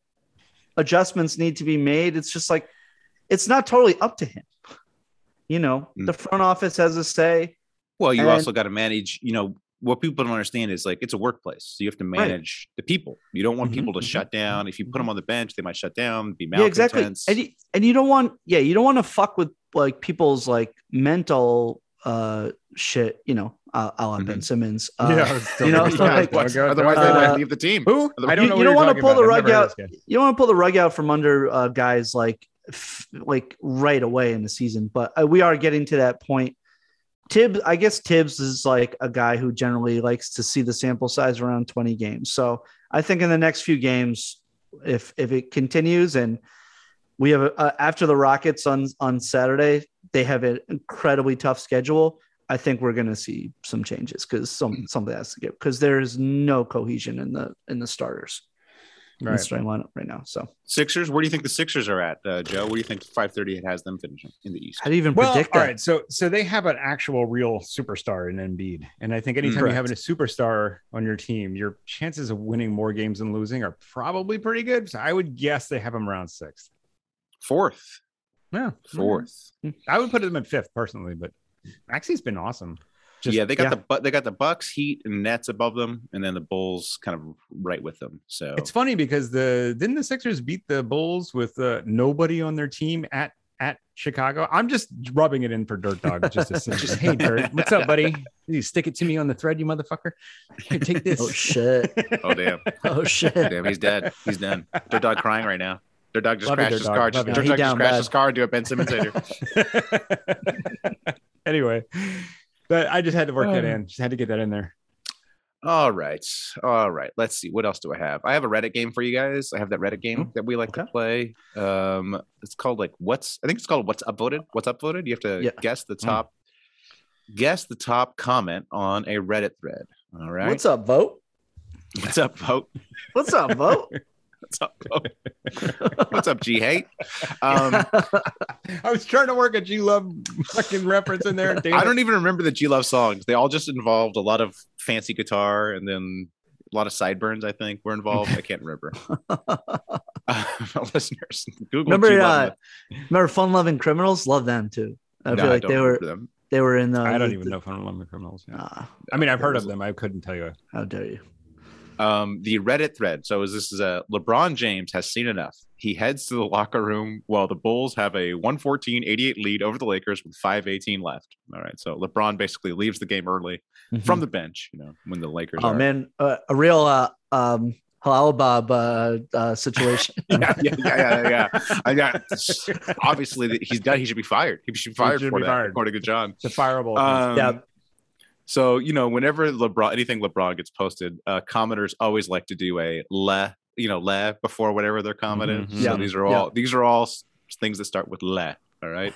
adjustments need to be made. It's just like it's not totally up to him. You know, the front office has a say. Well, you And- also got to manage, you know, what people don't understand is like it's a workplace. So you have to Right. Mm-hmm, manage the people. You don't want Mhm, people to mhm, shut down. If you put them on the bench, they might shut down, be Yeah, exactly. malcontents. And you, and you don't want yeah, you don't want to fuck with like people's like mental uh shit, you know, uh, a la Ben Simmons. Uh, yeah, you yeah, know, like- don't otherwise, go- otherwise don't they go- might uh, leave the team. who? I don't You- know. what you don't you're wanna talking pull the about. I've rug never heard out. of this guy. you don't want to pull the rug out from under uh, guys like f- like right away in the season but uh, we are getting to that point tibbs i guess tibbs is like a guy who generally likes to see the sample size around 20 games so i think in the next few games if if it continues and we have uh, after the rockets on on saturday they have an incredibly tough schedule i think we're going to see some changes because some something has to give because there is no cohesion in the in the starters in Right. the starting lineup right now so Sixers, where do you think the Sixers are at, uh, Joe? Where do you think 538 has them finishing in the East? How do you even Well, predict that? all right. So, so they have an actual real superstar in Embiid, and I think anytime you have a superstar on your team, your chances of winning more games than losing are probably pretty good. So, I would guess they have him around sixth. Fourth. Yeah, Hmm. Fourth. I would put him at fifth personally, but Maxi's been awesome. Just- yeah, they got yeah. the but they got the Bucks, Heat, and Nets above them, and then the Bulls kind of right with them. So It's funny because the didn't the Sixers beat the Bulls with uh, nobody on their team at at Chicago. I'm just rubbing it in for Dirt Dog. Just, to, say, just hey, Dirt, what's up, buddy? You stick it to me on the thread, you motherfucker. Here, take this. Oh shit! oh damn, Oh shit! damn, he's dead. He's done. Their dog crying right now. Their dog just Love you, crashed Dirt his Dog. car. Love you. Their dog He just down crashed bad. his car and do a Ben Simmons later. anyway, but I just had to work that in. Just had to get that in there. All right. All right. Let's see. What else do I have? I have a Reddit game for you guys. I have that Reddit game that we like to play. Um, it's called like what's I think it's called what's upvoted. What's upvoted? You have to Yeah. guess the top guess the top comment on a Reddit thread. All right. What's up, vote? what's up, vote? What's up, vote? What's up, vote? what's up, G hate? Um I was trying to work a G Love fucking reference in there. I don't even remember the G Love songs. They all just involved a lot of fancy guitar and then a lot of sideburns, I think, were involved. I can't remember. uh, listeners, Google Remember, G-Love. uh, Remember, fun-loving criminals love them too. I No, feel like don't they were remember them. they were in. Uh, I don't even the- know if I'm the criminals. Yeah. Ah, I mean, I've that heard was- of them. I couldn't tell you. how dare you? Um, the Reddit thread. So is this is a LeBron James has seen enough. He heads to the locker room while the Bulls have a 114-88 lead over the Lakers with 5:18 left. All right, so LeBron basically leaves the game early from the bench. You know when the Lakers. Mm-hmm. oh are. man, uh, a real uh, um, halal bob uh, uh, situation. yeah, yeah, yeah, yeah, yeah. I got obviously that he's done. He should be fired. He should be fired should for be that, fired. according to John. It's a fireable. offense. Um, Yeah. So you know, whenever LeBron, anything LeBron gets posted, uh, commenters always like to do a le, you know, le before whatever they're commenting. Mhm. So Yeah. these are all these are all s- things that start with le. All right.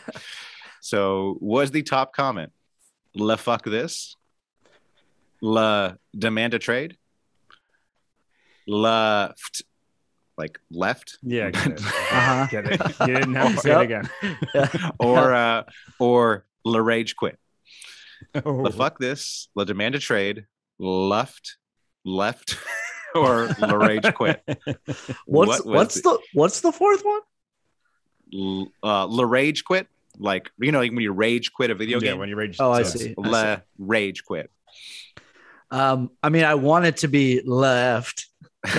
so was the top comment le fuck this, le demand a trade, left, like left, yeah, get it. Uh-huh. Get it. You didn't have to say Yep. it again. or uh, or le rage quit. Oh. La fuck this. La demand a trade. Left, left, or La rage quit. What was What's what's the what's the fourth one? L- uh, La rage quit. like you know, like when you rage quit a video yeah, game. when you rage. Oh, I sucks. see. Le rage quit. Um, I mean, I want it to be left. that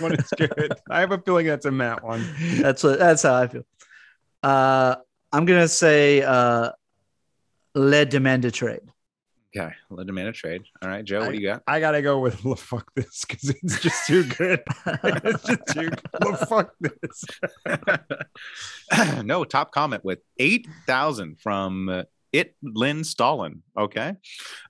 one is good. I have a feeling that's a Matt one. That's what. That's how I feel. Uh, I'm gonna say uh, le demand de trade. Okay, let him in a trade. All right, Joe, what do you got? I gotta go with "La fuck this" because it's just too good. it's just too good. "La fuck this. no, top comment with 8,000 from uh, it, Lynn Stalin. Okay.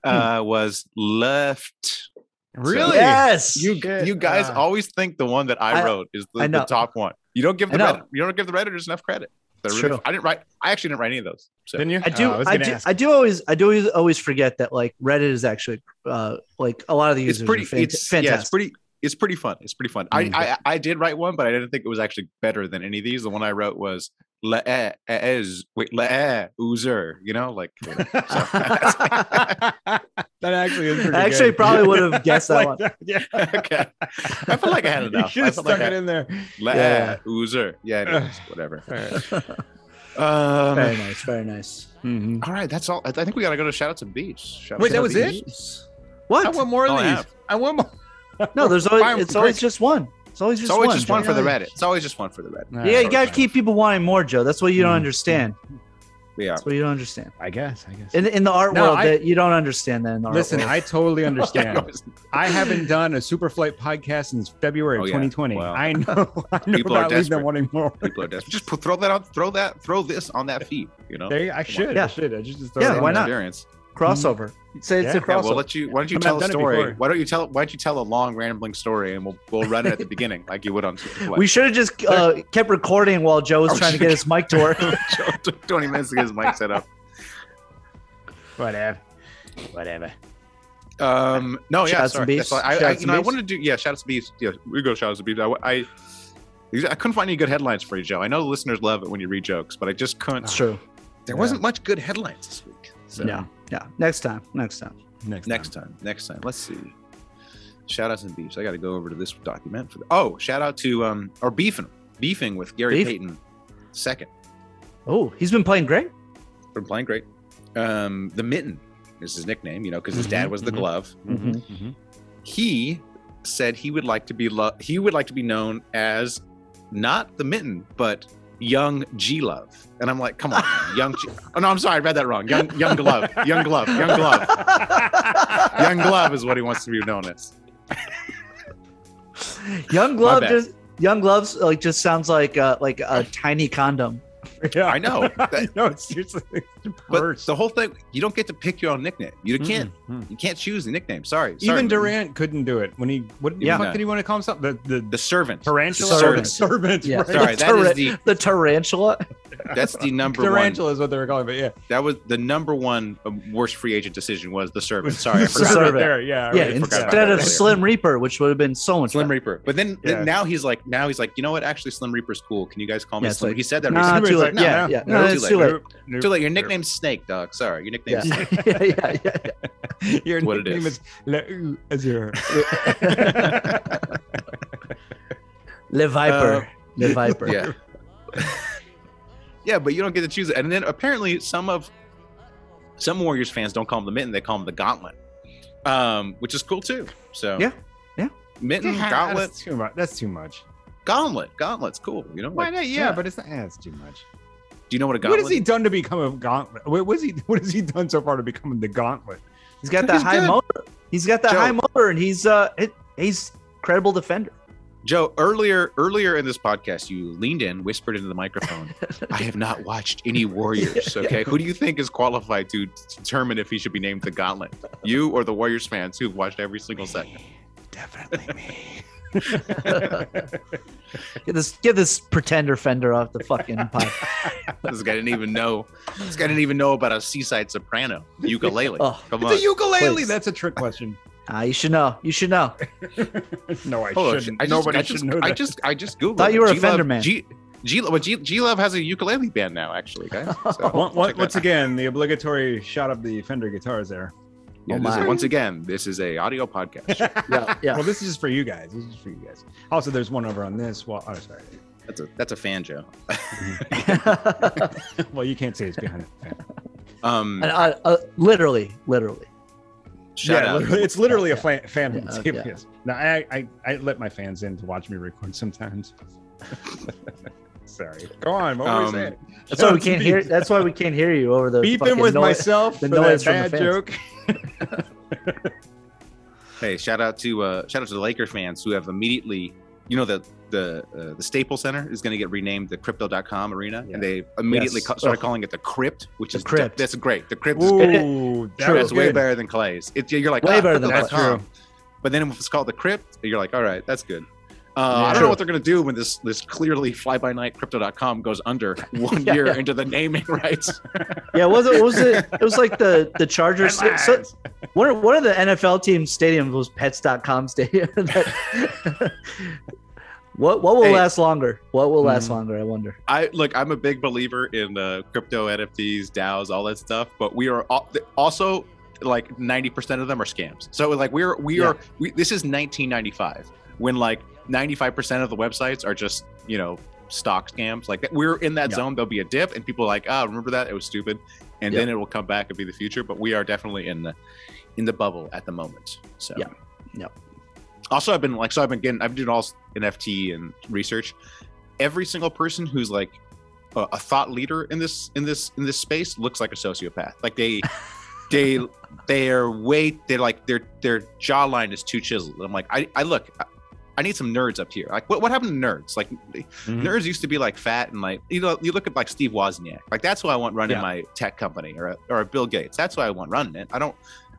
Uh, was left. Really? Yes. You, you guys Ah. uh, always think the one that I, I- wrote is the, I the know. top one. You don't give I the know. Reddit, you don't give the Redditors enough credit. They're It's really- true. I didn't write. I actually didn't write any of those. So Didn't you? I do. Oh, I was I, gonna do. ask. I do always. I do always, always forget that like Reddit is actually uh, like a lot of the it's users. pretty. are fan- it's fantastic. Mm. yeah. It's pretty. It's pretty fun. It's pretty fun. Mhm. I, I I did write one, but I didn't think it was actually better than any of these. The one I wrote was le eh, eh, ez- wait le eh, oozer. You know, like that actually is pretty I actually good. probably would have guessed that Like one. Yeah. okay. I feel like I had enough. You should I have feel stuck like I- it in there. Le- Yeah. Oozer. Yeah, anyways, whatever. Very Um, nice. Very nice. Mhm. all right, that's all. I I think we got to go to shoutouts and beats. Shoutouts Wait, that and was beats. it? I What? want more of All Oh, I these. have. I want more. no, there's always. Fine, It's always great. just one. It's always just It's always one. just one Joe. for the Reddit. It's always just one for the Reddit. Yeah, you gotta keep people wanting more, Joe. That's what you Hmm. don't Mhm. understand. We are. That's what you don't understand. I guess. I guess. In in the art No, world, I- that you don't understand that. In the art Listen, world. I totally Yeah, understand. I haven't done a Superflight podcast since February of Oh, yeah. 2020. Wow. I know. I know People are about Legion desperate. wanting more. people are desperate. Just put, throw that out. Throw that. Throw this on that feed. You know. There you, I should. Yeah. I should. I just, just Yeah, it in there. why not? Experience. crossover. Say it's Yeah, a Yeah, crossover. we'll let you. Why don't you I mean, tell I've a done it story? before. Why don't you tell? Why don't you tell a long rambling story and we'll we'll run it at the beginning like you would on Superfly. we should have just uh, kept recording while Joe was Oh, trying to get his mic to work. Joe took Twenty minutes to get his mic set up. Whatever. Whatever. Um, no, yeah, Shoutouts sorry. and beefs. That's all. I, I, Shoutouts you know, I and beefs. wanted to do yeah, shout out to beefs. Yeah, we go shout out to beefs. I, I I couldn't find any good headlines for you, Joe. I know the listeners love it when you read jokes, but I just couldn't. It's true. There Yeah. wasn't much good headlines this week. So Yeah, yeah. Next time. Next time. Next. next time, next time, let's see. Shout outs and beefs. I got to go over to this document for the. Oh, shout out to um or beefing beefing with Gary Beef? Payton, second Oh, he's been playing great. from Playing Great. Um, the Mitten is his nickname, you know, because his dad was the mhm. glove. time. Mhm. he said he would like to be lo- he would like to be known as not the mitten but young G Love. And I'm like, come on, man, young G. Oh no, I'm sorry, I read that wrong. Young young glove, young glove, young glove, young glove is what he wants to be known as. Young glove bad. just young gloves like just sounds like uh, like a tiny condom. Yeah. I know. That- no, it's seriously. But the whole thing, you don't get to pick your own nickname. You can't. You can't choose the nickname. Sorry. sorry. Mm-hmm. Even Durant couldn't do it when he. What Yeah. the fuck did he want to call himself? The the, the servant. tarantula. The Servant. servant. Servant. Yeah. right. Sorry, that is the The tarantula. that's the number one. Tarantula is what they were calling, but yeah, That was the number one um, worst free agent decision was the servant. Sorry, I the forgot. servant. servant there. Yeah, yeah, right. forgot about instead that of earlier. Slim Reaper, which would have been so much Slim better. Reaper. But then, then Yeah. now he's like, now he's like, you know what? Actually, Slim Reaper's cool. Can you guys call me Yeah, it's Slim? like, he said that Nah, recently. Somebody's too like, late. yeah, no, yeah. no, No, too it's late. too late. Nope, nope. Too late. Your nickname's Snake, dog. Sorry, your Yeah. nickname's Snake. yeah, yeah, yeah, yeah. Your What it nickname is. is Le Ou Azure. Le Viper. Le Viper. Uh, Yeah. yeah, but you don't get to choose it. And then apparently, some of some Warriors fans don't call him the Mitten; they call him the Gauntlet, um, which is cool too. So Yeah. Yeah. Mitten Gauntlet, That's too much. That's too much. Gauntlet, Gauntlet's cool. You know, Why like, not? Yeah, but it's not. Yeah, it's too much. do you know what a What Gauntlet? has he done to become a gauntlet? What what has he? What has he done so far to become the gauntlet? He's got that He's high good. motor. He's got that Joe. high motor, and he's uh, it, he's credible defender. Joe, earlier earlier in this podcast, you leaned in, whispered into the microphone, "I have not watched any Warriors." Okay, who do you think is qualified to determine if he should be named the Gauntlet? You or the Warriors fans who've watched every single second? Definitely me. Get this, get this pretender fender off the fucking pipe. This guy didn't even know. This guy didn't even know about a seaside soprano ukulele. Oh, Come It's on, a ukulele. Please. That's a trick question. ah, you should know. You should know. no, I Hold on, shouldn't. Oh, I just, Nobody I should just, know I that. just, I just googled. Thought you were a G-Love- Fender man. G, G, well, G, G-Love has a ukulele band now, actually, guys. So Oh Once- check once that once out. again, the obligatory shot of the Fender guitars there. Yeah, Oh this is- my. once again, this is a audio podcast. Yeah, yeah. Well, this is for you guys. This is for you guys. Also, there's one over on this wall. Oh, sorry. That's a that's a fan, Joe. well, you can't say it's behind the fan. Um, And I, uh, literally, literally. shout yeah, out. literally, it's literally a Yeah. fan, fan Yeah, home uh, tape. yeah. Yes. No, I, I I let my fans in to watch me record sometimes. Sorry. Go on. What were Um, we saying? That's why Shout we out to can't Beep. hear. That's why we can't hear you over the Beeping fucking with noise. myself the for that noise from the bad fans. joke. Hey, shout out to uh, shout out to the Laker fans who have immediately, you know, the the uh, the Staples Center is going to get renamed the Crypto.com Arena, Yeah. and they immediately Yes. ca- started Ugh. calling it the Crypt, which The is Crypt. that's great. The Crypt is Ooh, that that's was way good. better than Clay's. It, you're like Way ah, better than Crypto.com. That's true. But then if it's called the Crypt, you're like, all right, that's good. Uh, Yeah. I don't True. know what they're going to do when this this clearly fly by night crypto.com goes under one Yeah, year yeah. into the naming rights. Yeah, was it? Was it? It was like the the Chargers. So, so- Headlines. one of, one of the NFL team stadiums was Pets.com Stadium. That- what what will Hey. last longer? What will last Mhm. longer? I wonder. I look, I'm a big believer in uh, crypto NFTs, DAOs, all that stuff, but we are al- also like 90% of them are scams. So like we're we Yeah. are we, this is 1995 when like 95% of the websites are just, you know, stock scams. Like that we're in that Yeah. zone there'll be a dip and people are like, "Ah, remember that? It was stupid." And Yeah. then it will come back and be the future, but we are definitely in the in the bubble at the moment. So Yeah. Yep. Also, I've been like, so I've been getting, I've been doing all s- NFT and research. Every single person who's like a, a thought leader in this in this in this space looks like a sociopath. Like they, they, they are way. They're like their their jawline is too chiseled. I'm like, I, I look. I, I need some nerds up here. Like, what, what happened to nerds? Like, Mm-hmm. nerds used to be like fat and like you know you look at like Steve Wozniak. Like that's who I want running Yeah. my tech company or a, or a Bill Gates. That's who I want running it. I don't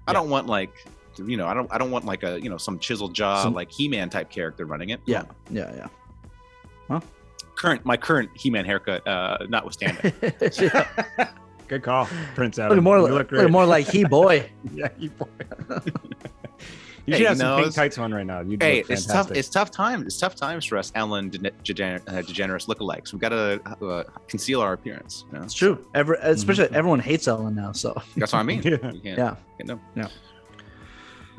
I Yeah. don't want like you know I don't I don't want like a you know some chiseled jaw Some- like He Man type character running it. Yeah, yeah, Current my current He Man haircut uh, notwithstanding. yeah. yeah. Good call, Prince Adam. Look more you like look look great. more like he boy. Yeah, you, boy. you Hey, should have you some know, pink it's- tights on right now. You'd Hey, look it's tough. fantastic. It's tough times. It's tough times for us Ellen DeGener- uh, DeGeneres lookalikes. We've got to uh, conceal our appearance. You know? It's true. Mm-hmm. Every, especially everyone hates Ellen now. So That's what I mean. Yeah. You can't- yeah, you know. Yeah.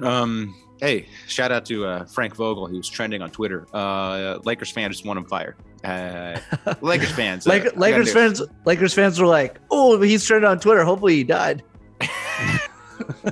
Um. Hey, shout out to uh, Frank Vogel, who's trending on Twitter. Uh, Lakers fan just want him fired. Uh, Lakers fans. uh, I Lake, gotta Lakers do- fans, Lakers fans were like, "Oh, he's trending on Twitter. Hopefully, he died."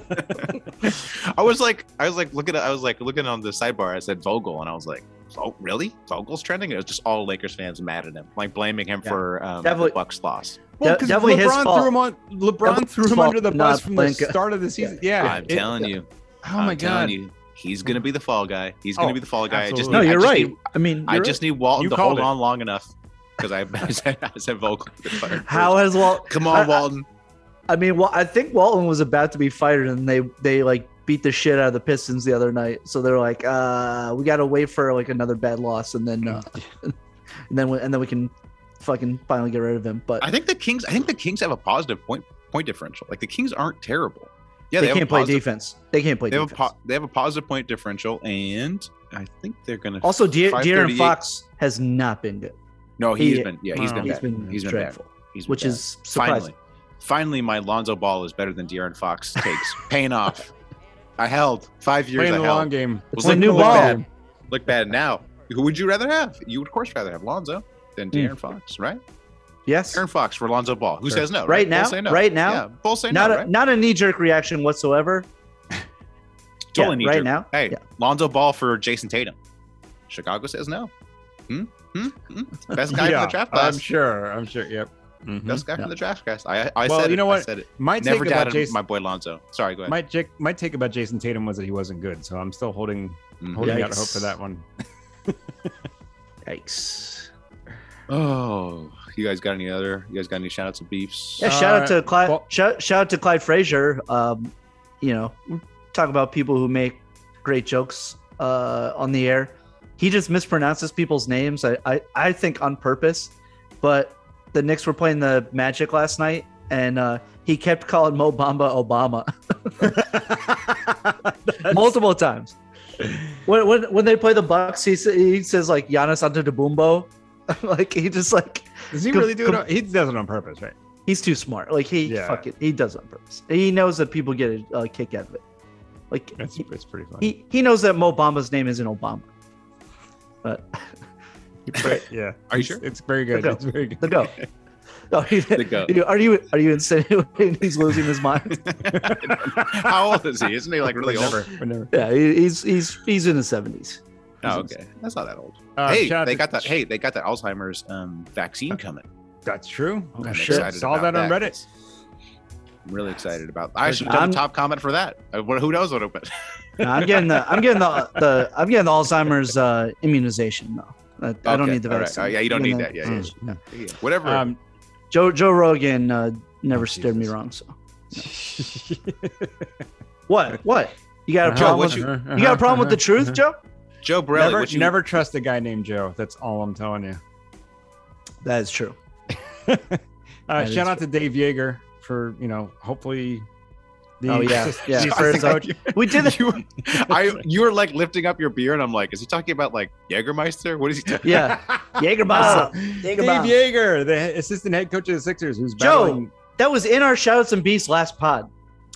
I was like, I was like looking at, I was like looking on the sidebar. I said Vogel, and I was like, oh really? Vogel's trending. It was just all Lakers fans mad at him, like blaming him Yeah. for um, the Definitely- Bucks loss. Well, De- 'cause definitely his LeBron fault. threw him on. Definitely LeBron threw his him fault under the for bus not from playing the good. start of the season. Yeah, I'm it- telling you. Oh my I'm telling god, you, he's gonna be the fall guy. He's gonna Oh, be the fall guy. I just absolutely. No, need- I you're just right. need- I mean, I you're just need Walton You to hold called it. on long enough because I, I said I said Vogel. to get right. fired how first. has Walt? Come on, I- Walton. I mean, well, I think Walton was about to be fired, and they they like beat the shit out of the Pistons the other night. So they're like, uh, we got to wait for like another bad loss, and then uh, Mm. and then we, and then we can fucking finally get rid of him. But I think the Kings. I think the Kings have a positive point point differential. Like the Kings aren't terrible. Yeah, they, have a can't play positive- defense. They can't play They have a defense. po- they have a positive point differential, and I think they're gonna. also, Deer, Deer 538 and Fox has not been good. no, he's he- been yeah, he's Wow. been He's bad. been He's been bad. dreadful, He's been which bad. is surprising. finally, finally, my Lonzo Ball is better than De'Aaron Fox takes paying off. I held five years. playing I the held. long game. It's Well, a look- new look ball. bad. Look bad now. Who would you rather have? You would of course rather have Lonzo than Hmm. De'Aaron Fox, right? Yes, Aaron Fox for Lonzo Ball. Who Sure. says no? Right Both now? say no. Right now? Yeah, both say not no. a right? not a knee jerk reaction whatsoever. Totally yeah, knee right jerk. now, Hey, yeah. Lonzo Ball for Jason Tatum. Chicago says no. Hmm? Hmm? Hmm? Best guy yeah, from the draft class. I'm sure. I'm sure. Yep. Mhm. Best guy Yeah. from the draft class. I, I Well, said you it. know I what? said it. My take Never about doubted Jason. my boy Lonzo. Sorry, go ahead. my, Jake, my take about Jason Tatum was that he wasn't good, so I'm still holding Mhm. holding out Yikes. hope for that one. Yikes. Oh, you guys got any other? You guys got any shout outs and beefs? Yeah, Uh, shout out to Clyde. well- shout, shout out to Clyde Frazier. Um, you know, talk about people who make great jokes uh, on the air. He just mispronounces people's names. I, I, I think on purpose. But the Knicks were playing the Magic last night, and uh, he kept calling Mo Bamba Obama multiple times. When, when when they play the Bucks, he sa- he says like Giannis Antetokounmpo. like he just like Does he Com- really do it? com- on- he does it on purpose, right? He's too smart. Like he Yeah. fucking he does it on purpose. He knows that people get a, a kick out of it. Like That's it's pretty funny. he, he knows that Mo Bamba's name isn't Obama. But yeah. Are you sure? It's very good. Okay. It's very good. The goat. No, he, The goat. you- Are you are you insinuating he's losing his mind? How old is he? Isn't he like really old? Whenever, whenever. Yeah, he, he's he's he's in his seventies. Oh, okay. That's not that old. Uh, hey, shout out they to- got that. Hey, they got that Alzheimer's um, vaccine coming. That's true. Oh, I'm shit. excited Saw about that on that. Reddit. I'm really excited about. I should have I'm- done top comment for that. Uh, what- Who knows what it was? I'm getting the I'm getting the, the I'm getting the Alzheimer's uh, immunization though. I, I don't Okay, need the all right. vaccine. Oh, yeah, you don't You need know. that. Yeah, yeah. Mm, no. yeah. Whatever. Um, Joe Joe Rogan uh, never Oh, steered me Jesus. wrong. So what what you got a Uh-huh. problem? what with, you- you, got a problem with the truth, Uh-huh. Joe? Joe Borelli, Never, what you- never trust a guy named Joe. That's all I'm telling you. That is true. Uh, is shout out to Dave Yeager for you know hopefully. The Oh, yeah. assist- Yeah. the I assistant think I- coach. We did it. you, I, you were like lifting up your beer, and I'm like, is he talking about like Jägermeister? What is he? Talking? Yeah, Jägerbomb. Uh, Ah, Dave Yeager, Jaeger. the assistant head coach of the Sixers, who's Joe. battling- That was in our shoutouts and beasts last pod.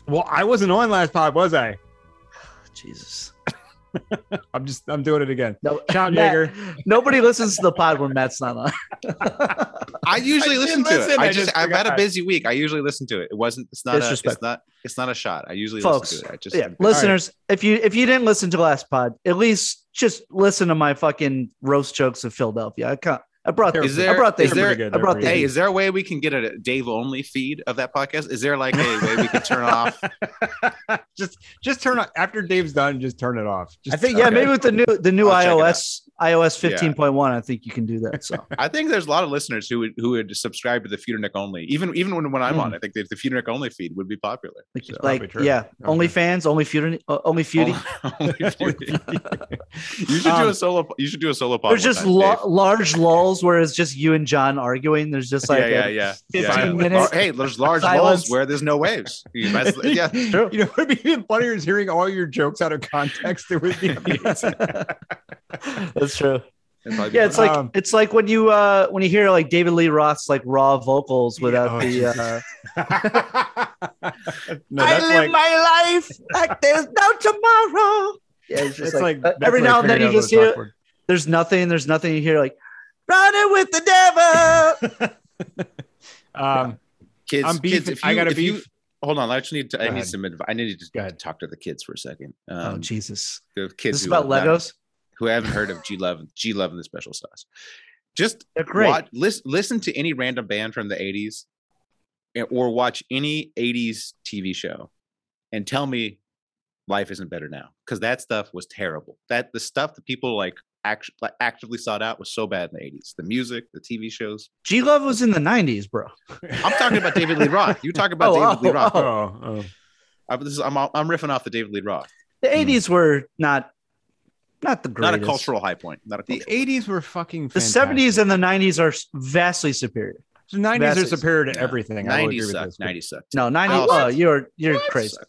Well, I wasn't on last pod, was I? Jesus. I'm just I'm doing it again. No, Shout Matt, Jaeger. Nobody listens to the pod when Matt's not on. I usually I listen did to it. listen, I I just, just I've had a forgot. busy week. I usually listen to it. It wasn't. It's not. A, it's Disrespectful. not. It's not a shot. I usually Folks, listen to it. I just. yeah, listeners, if you if you didn't listen to last pod, at least just listen to my fucking roast jokes of Philadelphia. I can't. I brought Here, this. Is there- I brought is this. there- I brought the- Hey, is there a way we can get a Dave only feed of that podcast? Is there like a way we can turn off? just just turn on after Dave's done, just turn it off. Just I think yeah, Okay. maybe with the new the new I'll check it iOS iOS fifteen point one, I think you can do that. So I think there's a lot of listeners who would who would subscribe to the Feeder Nick only. Even even when, when I'm Hmm. on, I think the, the Feeder Nick only feed would be popular. like, Yeah, like, probably true. yeah, only Okay. fans, only feuding, uh, only feuding. Only Feeder Nick. you should do Um, a solo. You should do a solo podcast. There's just lo- large lulls where it's just you and John arguing. There's just like yeah, yeah, a- yeah, 15 yeah. minutes. Hey, there's large Silence. walls where there's no waves. You must- yeah, True. You know what would be even funnier is hearing all your jokes out of context. It would be amazing. That's true. it'd probably be Yeah, it's fun. like Um, it's like when you uh when you hear like David Lee Roth's like raw vocals without oh, Jesus. the uh, no, that's like my life like there's no tomorrow. Yeah, it's it's just like like, uh, that's every what I now and then you figured out just was hear awkward. there's nothing, there's nothing. You hear like running with the devil. Um, kids. I'm beef. kids, if I you- got a if you- beef. hold on, I actually need to. I Go need ahead. some. adv- I need to Go just ahead. talk to the kids for a second. oh Um, Jesus! the Is kids this who about have not- Legos? who haven't heard of G Love, G Love and the Special Sauce. Just They're great. Watch, listen, listen to any random band from the 80s and- or watch any 80s TV show and tell me life isn't better now because that stuff was terrible. That the stuff that people like, act, like actively sought out was so bad in the 80s. The music, the TV shows. G Love was in the '90s, bro. I'm talking about David Lee Roth. You talk about Oh, David Lee oh, Roth. oh. Oh, oh. I'm, this is, I'm, I'm riffing off the David Lee Roth. The '80s were not not the Hmm. Not greatest. a cultural high point. Not a The cultural. 80s were fucking The fantastic. '70s and the '90s are vastly superior. The 90s are That's- superior to No. everything. I will agree 90s with sucked. this. but- 90s sucked. No, '90s. What? Oh, you're you're crazy.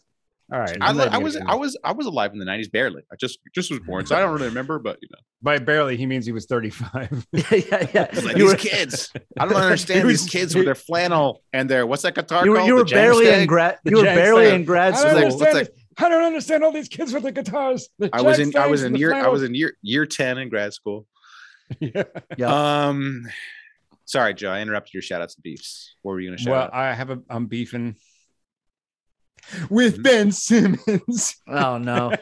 All right. I, I'm li- not I gonna was get I in. was I was alive in the nineties barely. I just just was born, so I don't really remember. But you know, By barely, he means he was 35. yeah, yeah, yeah. It's like, You these were- kids. I don't understand He was- these kids with their flannel and their what's that guitar you were, called? you The were James barely in Stag? grad The you were Jag barely Stag. in grad I school. don't like- what's understand. I don't understand all these kids with the guitars. The I was jack in I stands was in and the year I was flannels. in year year ten in grad school. Yeah. Um, sorry, Joe, I interrupted your shout outs and beefs. What were you gonna shout Well, out? I have a I'm beefing with Ben Simmons. Oh no.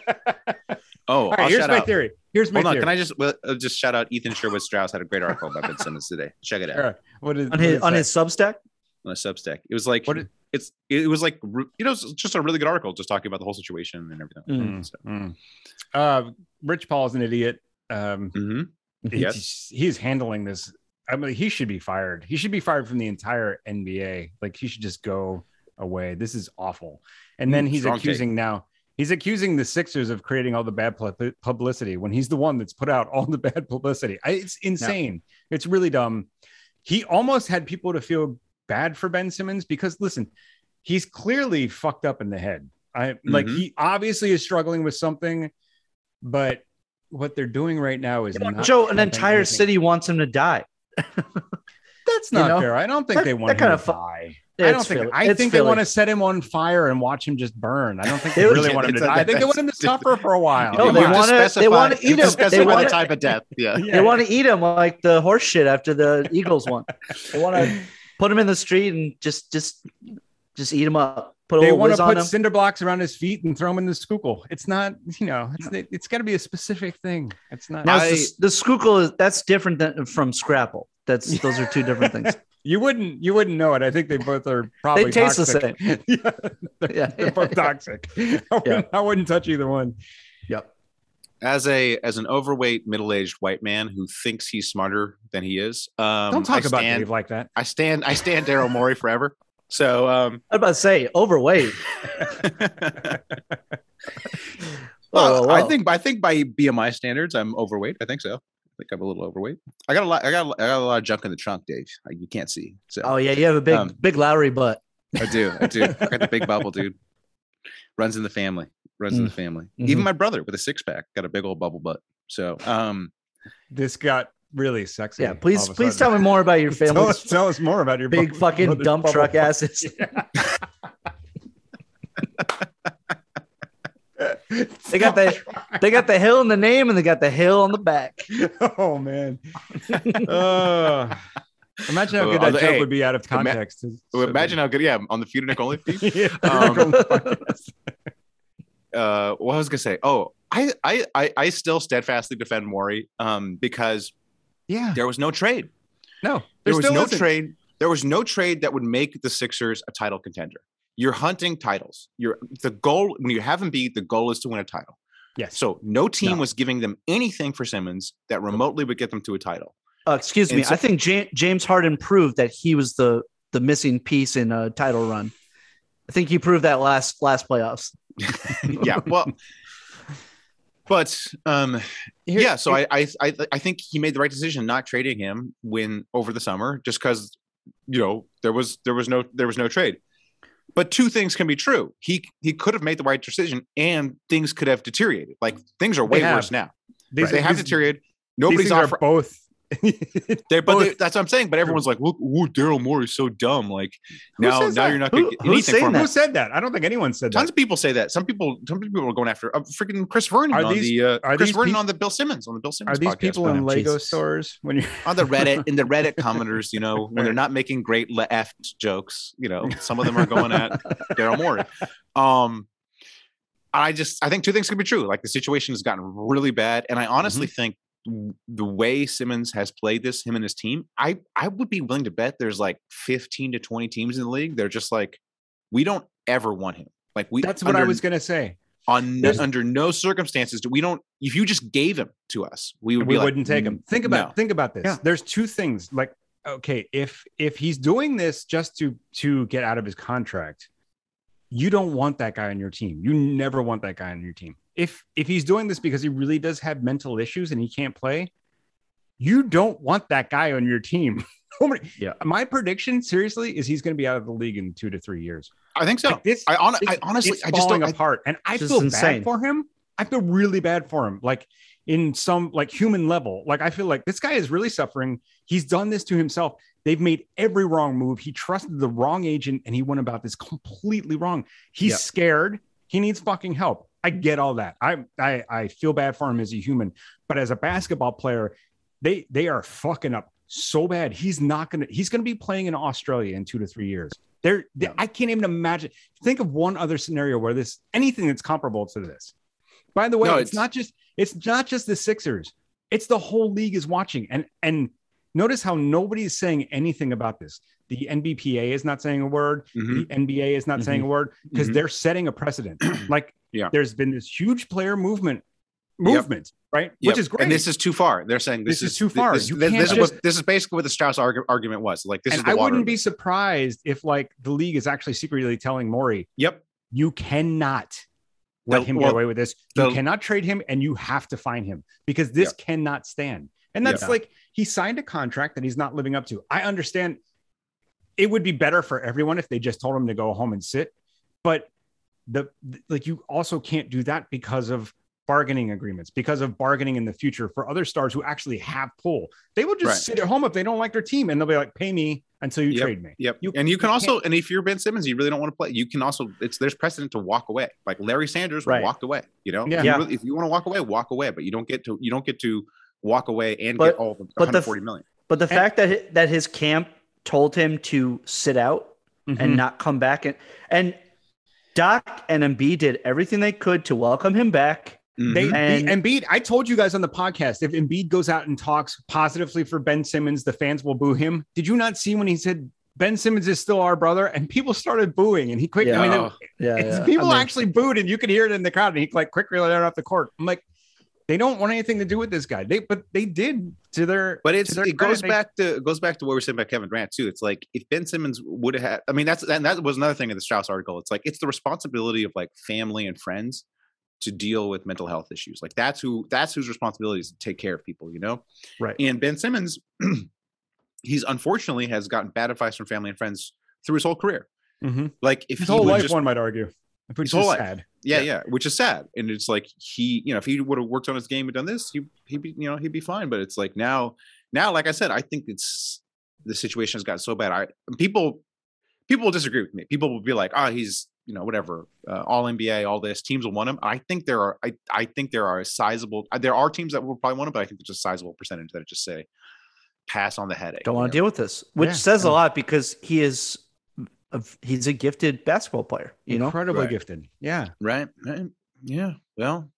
Oh, All I'll right, here's shout my out. theory. Here's my Hold on, theory. can I just well, uh, just shout out Ethan Sherwood Strauss had a great article about Ben Simmons today. Check it out All right, what is on what his is on that? his Substack. on a Substack. It was like What it- it's it was like re- you know it's just a really good article just talking about the whole situation and everything. like that, Mm. so. Mm. Uh, Rich Paul's an idiot. Um, Mhm. Yes. he's, he's handling this. I mean, he should be fired. He should be fired from the entire NBA. Like he should just go away. This is awful. And then Mm, he's strong take. accusing now. He's accusing the Sixers of creating all the bad pub- publicity when he's the one that's put out all the bad publicity. I, it's insane. It's really dumb. He almost had people to feel bad for Ben Simmons because listen, he's clearly fucked up in the head. I like Mhm. he obviously is struggling with something, but what they're doing right now is not Joe, an helping entire anything. city wants him to die. That's you not know? fair. I don't think That- they that want him kind to of fu- die. I don't It's think. Philly. I It's think they Philly. want to set him on fire and watch him just burn. I don't think they Dude, really want him to die. it's- I think they that's- want him to suffer for a while. No, You they have to wanna- they specify- wanna you have eat to 'em. They specify wanna- the type of death. Yeah. Yeah. They want to eat him like the horse shit after the Eagles one. They want to put him in the street and just just just eat him up. Put a They little want whiz to on put him. cinder blocks around his feet and throw him in the Schuylkill. It's not, you know, it's it's got to be a specific thing. It's not. Now I- it's the, the Schuylkill is that's different than from Scrapple. That's those are two different things. you wouldn't you wouldn't know it. I think they both are probably taste the toxic. yeah, they're, Yeah. they're both toxic. I wouldn't, I wouldn't touch either one. As a as an overweight middle aged white man who thinks he's smarter than he is, um, Don't talk I about stand, Dave like that. I stand I stand Daryl Morey forever. So um, I was about to say overweight. well, Whoa, whoa, I whoa. think I think by BMI standards, I'm overweight. I think so. I think I'm a little overweight. I got a lot. I got. a- I got a lot of junk in the trunk, Dave. Like, You can't see. So Oh yeah, you have a big Um, big Lowry butt. I do. I do. I got the big bubble, dude. Runs in the family. Runs Mm. in the family. Mm-hmm. Even Mhm. my brother with a six pack got a big old bubble butt. So, um, This got really sexy. Yeah, all please of a please tell sudden. me more about your Tell family's us, tell us more about your big bubble- fucking brother's dump bubble truck butt. asses. They got the they got the hill in the name and they got the hill on the back. oh man. Uh, imagine how Well, good that although, joke hey, would be out of context. It's so imagine how good. Yeah, on the feud and Nick only feed. good. Yeah. Um, uh, what I was gonna say. Oh, I, I, I, I still steadfastly defend Maury um, because yeah. there was no trade. No. There was still no isn't. trade. There was no trade that would make the Sixers a title contender. You're hunting titles. You're the goal when you have Embiid. The goal is to win a title. Yes. So no team No. was giving them anything for Simmons that remotely would get them to a title. Uh, excuse me. And so- I think Ja- James Harden proved that he was the the missing piece in a title run. I think he proved that last last playoffs. yeah. Well, but um, yeah. So I, I I I think he made the right decision not trading him when over the summer just because you know there was there was no there was no trade. But two things can be true. He he could have made the right decision, and things could have deteriorated. Like things are way have. worse now. These- they have these- deteriorated. these Nobody's things are offering. both. They're both. both- that's what I'm saying. But everyone's like, "Look, ooh, Daryl Morey's so dumb." Like Who now, now says that? you're not Who- going to get who's anything saying from that? Who him. said that? I don't think anyone said Tons that. of people say that. Some people, some people are going after uh, freaking Chris Vernon Are on these- the uh, are Chris these Vernon peop- on the Bill Simmons on the Bill Are Simmons. these podcast. people in Oh, Lego Jesus. stores when you on the Reddit in the Reddit commenters? You know, when they're not making great left jokes, you know, some of them are going at Daryl Morey. Um, I just I think two things can be true. Like the situation has gotten really bad, and I honestly Mm-hmm. think w- the way Simmons has played this, him and his team, I I would be willing to bet there's like 15 to 20 teams in the league. They're just like, we don't ever want him. Like we That's what I under- was going to say. on no, There's- under no circumstances do we don't if you just gave him to us we would we be like, "Mm." wouldn't take him. Think about no. think about this. Yeah. There's two things. Like, okay, if if he's doing this just to to get out of his contract, you don't want that guy on your team. You never want that guy on your team. If if he's doing this because he really does have mental issues and he can't play, you don't want that guy on your team. Nobody- Yeah. My prediction, seriously, is he's going to be out of the league in two to three years. i think so Like this, I, hon- it's- I honestly it's i just falling don't I- apart, and I It's feel insane. bad for him. I feel really bad for him, like in some like human level. Like I feel like this guy is really suffering. He's done this to himself. They've made every wrong move. He trusted the wrong agent, and he went about this completely wrong. He's Yeah. scared. He needs fucking help. I get all that. I, I I feel bad for him as a human, but as a basketball player, they they are fucking up so bad. He's not gonna. He's gonna be playing in Australia in two to three years. There, Yeah. I can't even imagine. Think of one other scenario where this anything that's comparable to this. By the way, No, it's, it's- not just it's not just the Sixers. It's the whole league is watching, and and notice how nobody is saying anything about this. The NBPA is not saying a word. Mhm. The NBA is not saying a word because Mhm. they're setting a precedent. like, Yeah. there's been this huge player movement, Yep. movement, right? Yep. Which is great. and this is too far they're saying this, This is too far. this, You this, can't this is just- what, this is basically what the strauss argu- argument was like this and is the I water wouldn't be surprised if like the league is actually secretly telling Maury, yep you cannot let The- him well, get away with this. the- you cannot trade him, and you have to fine him because this cannot stand. And that's Yeah. like he signed a contract that he's not living up to. I understand. It would be better for everyone if they just told him to go home and sit, but the like you also can't do that because of bargaining agreements because of bargaining in the future for other stars who actually have pull. They will just Right. sit at home if they don't like their team and they'll be like, pay me until you trade me. Yep. You- and you can you also, and if you're Ben Simmons, you really don't want to play. You can also, it's there's precedent to walk away. Like Larry Sanders Right. walked away. You know, Yeah. If you Yeah. really- if you want to walk away, walk away. But you don't get to, you don't get to walk away and But- get all the but the f- 140 million. But the fact that hi- that his camp told him to sit out Mm-hmm. and not come back and and Doc and MB did everything they could to welcome him back. They Mm-hmm. And- and Embiid, I told you guys on the podcast, if Embiid goes out and talks positively for Ben Simmons, the fans will boo him. Did you not see when he said Ben Simmons is still our brother? And people started booing and he quick. I mean, Yeah. Yeah, it's- yeah. people I mean, actually booed and you could hear it in the crowd. And he like quick reeled out off the court. I'm like, they don't want anything to do with this guy. They but they did to their But to it's their it credit, goes they- back to it goes back to what we were saying about Kevin Durant too. It's like if Ben Simmons would have had, I mean, that's and that was another thing in the Strauss article. It's like it's the responsibility of like family and friends to deal with mental health issues. Like that's who that's whose responsibility is to take care of people, you know? Right. And Ben Simmons, he's unfortunately has gotten bad advice from family and friends through his whole career. Mhm. Like if his he whole would life, just one might argue. Which His whole is life. sad. yeah, yeah, which is sad. And it's like he, you know, if he would have worked on his game and done this, he he be, you know, he'd be fine. But it's like now, now, like I said, I think it's the situation has gotten so bad. I people people will disagree with me. People will be like, oh, he's you know whatever, uh, all NBA, all this. Teams will want him. I think there are I I think there are a sizable uh, there are teams that will probably want him, but I think there's a sizable percentage that just say pass on the headache. don't you want know? to deal with this, which Yeah, says yeah. a lot because he is a, he's a gifted basketball player. You know, incredibly Right. gifted. Yeah. right? right? Yeah. Well,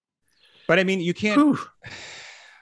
But I mean, you can't. whew.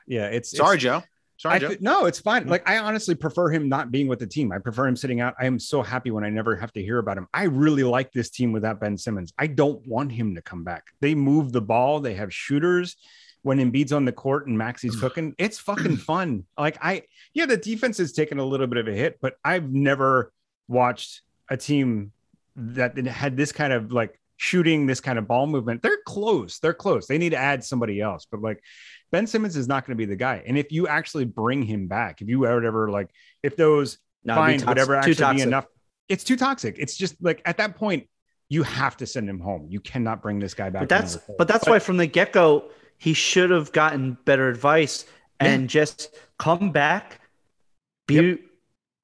Yeah, it's sorry, it's- Joe. Sorry, I Joe. Mm. th- no, it's fine. Like I honestly prefer him not being with the team. I prefer him sitting out. I am so happy when I never have to hear about him. I really like this team without Ben Simmons. I don't want him to come back. They move the ball. They have shooters. When Embiid's on the court and Maxi's Mm. cooking, it's fucking fun. Like I, yeah, the defense has taken a little bit of a hit, but I've never watched a team that had this kind of like shooting, this kind of ball movement. They're close. They're close. They need to add somebody else. But like Ben Simmons is not going to be the guy. And if you actually bring him back, if you would ever like, if those No, it'd fines be would toxic- ever too actually be toxic. enough, it's too toxic. It's just like at that point, you have to send him home. You cannot bring this guy back. But that's another fold. but that's why from the get go he should have gotten better advice and just come back, be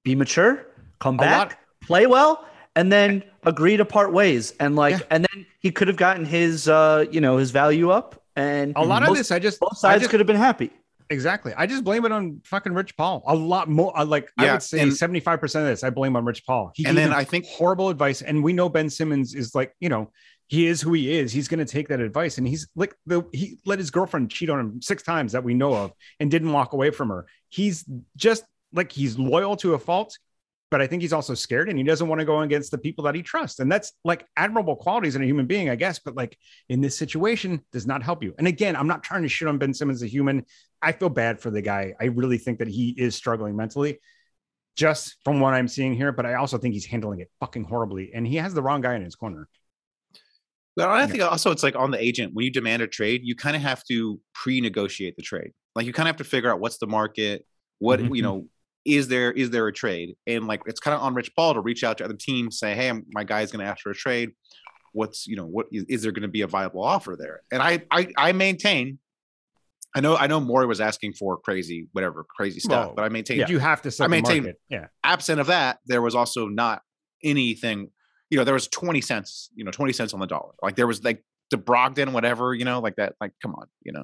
be mature, come lot- back, play well, and then agree to part ways. And like Yeah. and then he could have gotten his uh you know his value up and a lot of both- this. I just both I sides just- could have been happy. exactly. I just blame it on fucking Rich Paul. A lot more. I like I Yeah, would say and- seventy five percent of this I blame on Rich Paul. He and gave then him I think horrible advice. And we know Ben Simmons is like, you know, he is who he is. He's going to take that advice. And he's like, the, he let his girlfriend cheat on him six times that we know of and didn't walk away from her. He's just like, he's loyal to a fault, but I think he's also scared and he doesn't want to go against the people that he trusts. And that's like admirable qualities in a human being, I guess. But like in this situation, does not help you. And again, I'm not trying to shit on Ben Simmons, as a human. I feel bad for the guy. I really think that he is struggling mentally just from what I'm seeing here, but I also think he's handling it fucking horribly. And he has the wrong guy in his corner. But I think also it's like on the agent when you demand a trade, you kind of have to pre-negotiate the trade. Like you kind of have to figure out what's the market, what Mhm. you know, is there is there a trade? And like it's kind of on Rich Paul to reach out to other teams, say, hey, I'm- my guy's going to ask for a trade. What's you know what is, is there going to be a viable offer there? And I I, I maintain. I know, I know. Maury was asking for crazy, whatever, crazy stuff, Well, but I maintain You have to set I the maintain- market. Yeah. absent of that, there was also not anything. You know, there was twenty cents. You know, twenty cents on the dollar. Like there was like the Brogdon, whatever. You know, like that. Like come on, you know,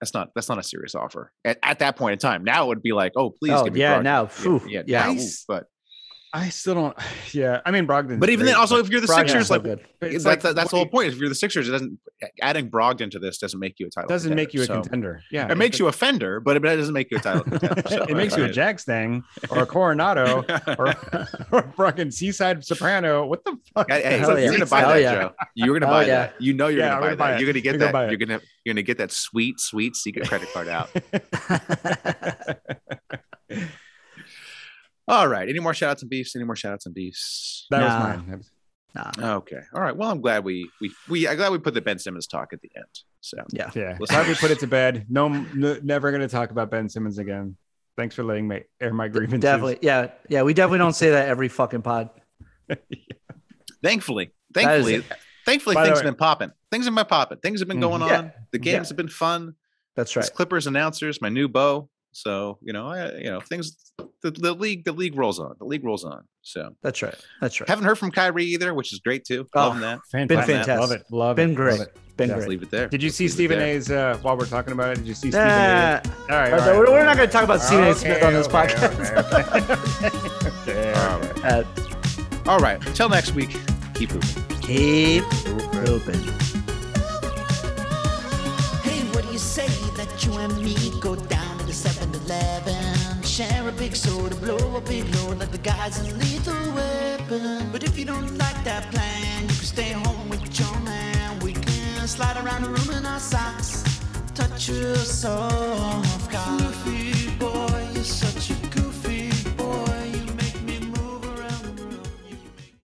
that's not that's not a serious offer at, at that point in time. Now it would be like, oh please, oh give me yeah, Brogdon. now phew, yeah, yeah. now, ooh, Nice. but I still don't. Yeah. I mean, Brogdon. but even then, also if you're the Brogdon's Sixers, so like good. that's that's the whole point. If you're the Sixers, it doesn't adding Brogdon to this doesn't make you a title. doesn't make you contender. a So, contender. Yeah. It makes you a fender, but it but it doesn't make you a title. contender. So, it makes you a right. Jack Stang or a Coronado or, or a fucking Seaside Soprano. What the fuck? Hey, hey, Hell you're yeah. gonna buy Hell that, yeah. Joe. You're gonna Hell buy yeah. that. You know you're Yeah, gonna I'm buy gonna that. buy it. You're gonna get I'm gonna that. buy it. You're gonna you're gonna get that sweet, sweet secret credit card out. All right. Any more shout outs and beefs? Any more shout outs and beefs? That Nah. was mine. Nah. Okay. All right. Well, I'm glad we we we I'm glad we put the Ben Simmons talk at the end. So Yeah. Listen. Glad we put it to bed. No, n- never going to talk about Ben Simmons again. Thanks for letting me air my grievances. Definitely, yeah, yeah. We definitely don't say that every fucking pod. thankfully, That is thankfully, Thankfully, By the things way- have been popping. Things have been popping. Things have been Mhm. going Yeah. on. The games Yeah. have been fun. That's It's right. Clippers announcers, my new bow. So you know, I, you know, things. The, the league, the league rolls on. The league rolls on. So That's right. That's right. haven't heard from Kyrie either, which is great too. Oh, Loving that. Fantastic. fantastic. Love it. Love Been it. great. Love it. Been Let's great. leave it there. Did you see Leave it Stephen there. A's? Uh, while we're talking about it, did you see Stephen A's? Nah, All right, all All right, right. we're- we're not going to talk about Stephen A. Okay, Smith on this okay, podcast. okay. All right. Uh, All right. Until next week. Keep moving. keep open. Hey, what do you say that you and me go down to the 7 Eleven? Share a big soda, blow a big load like the guys in Lethal Weapon. But if you don't like that plan, you can stay home with your man. We can slide around the room in our socks, touch your soul.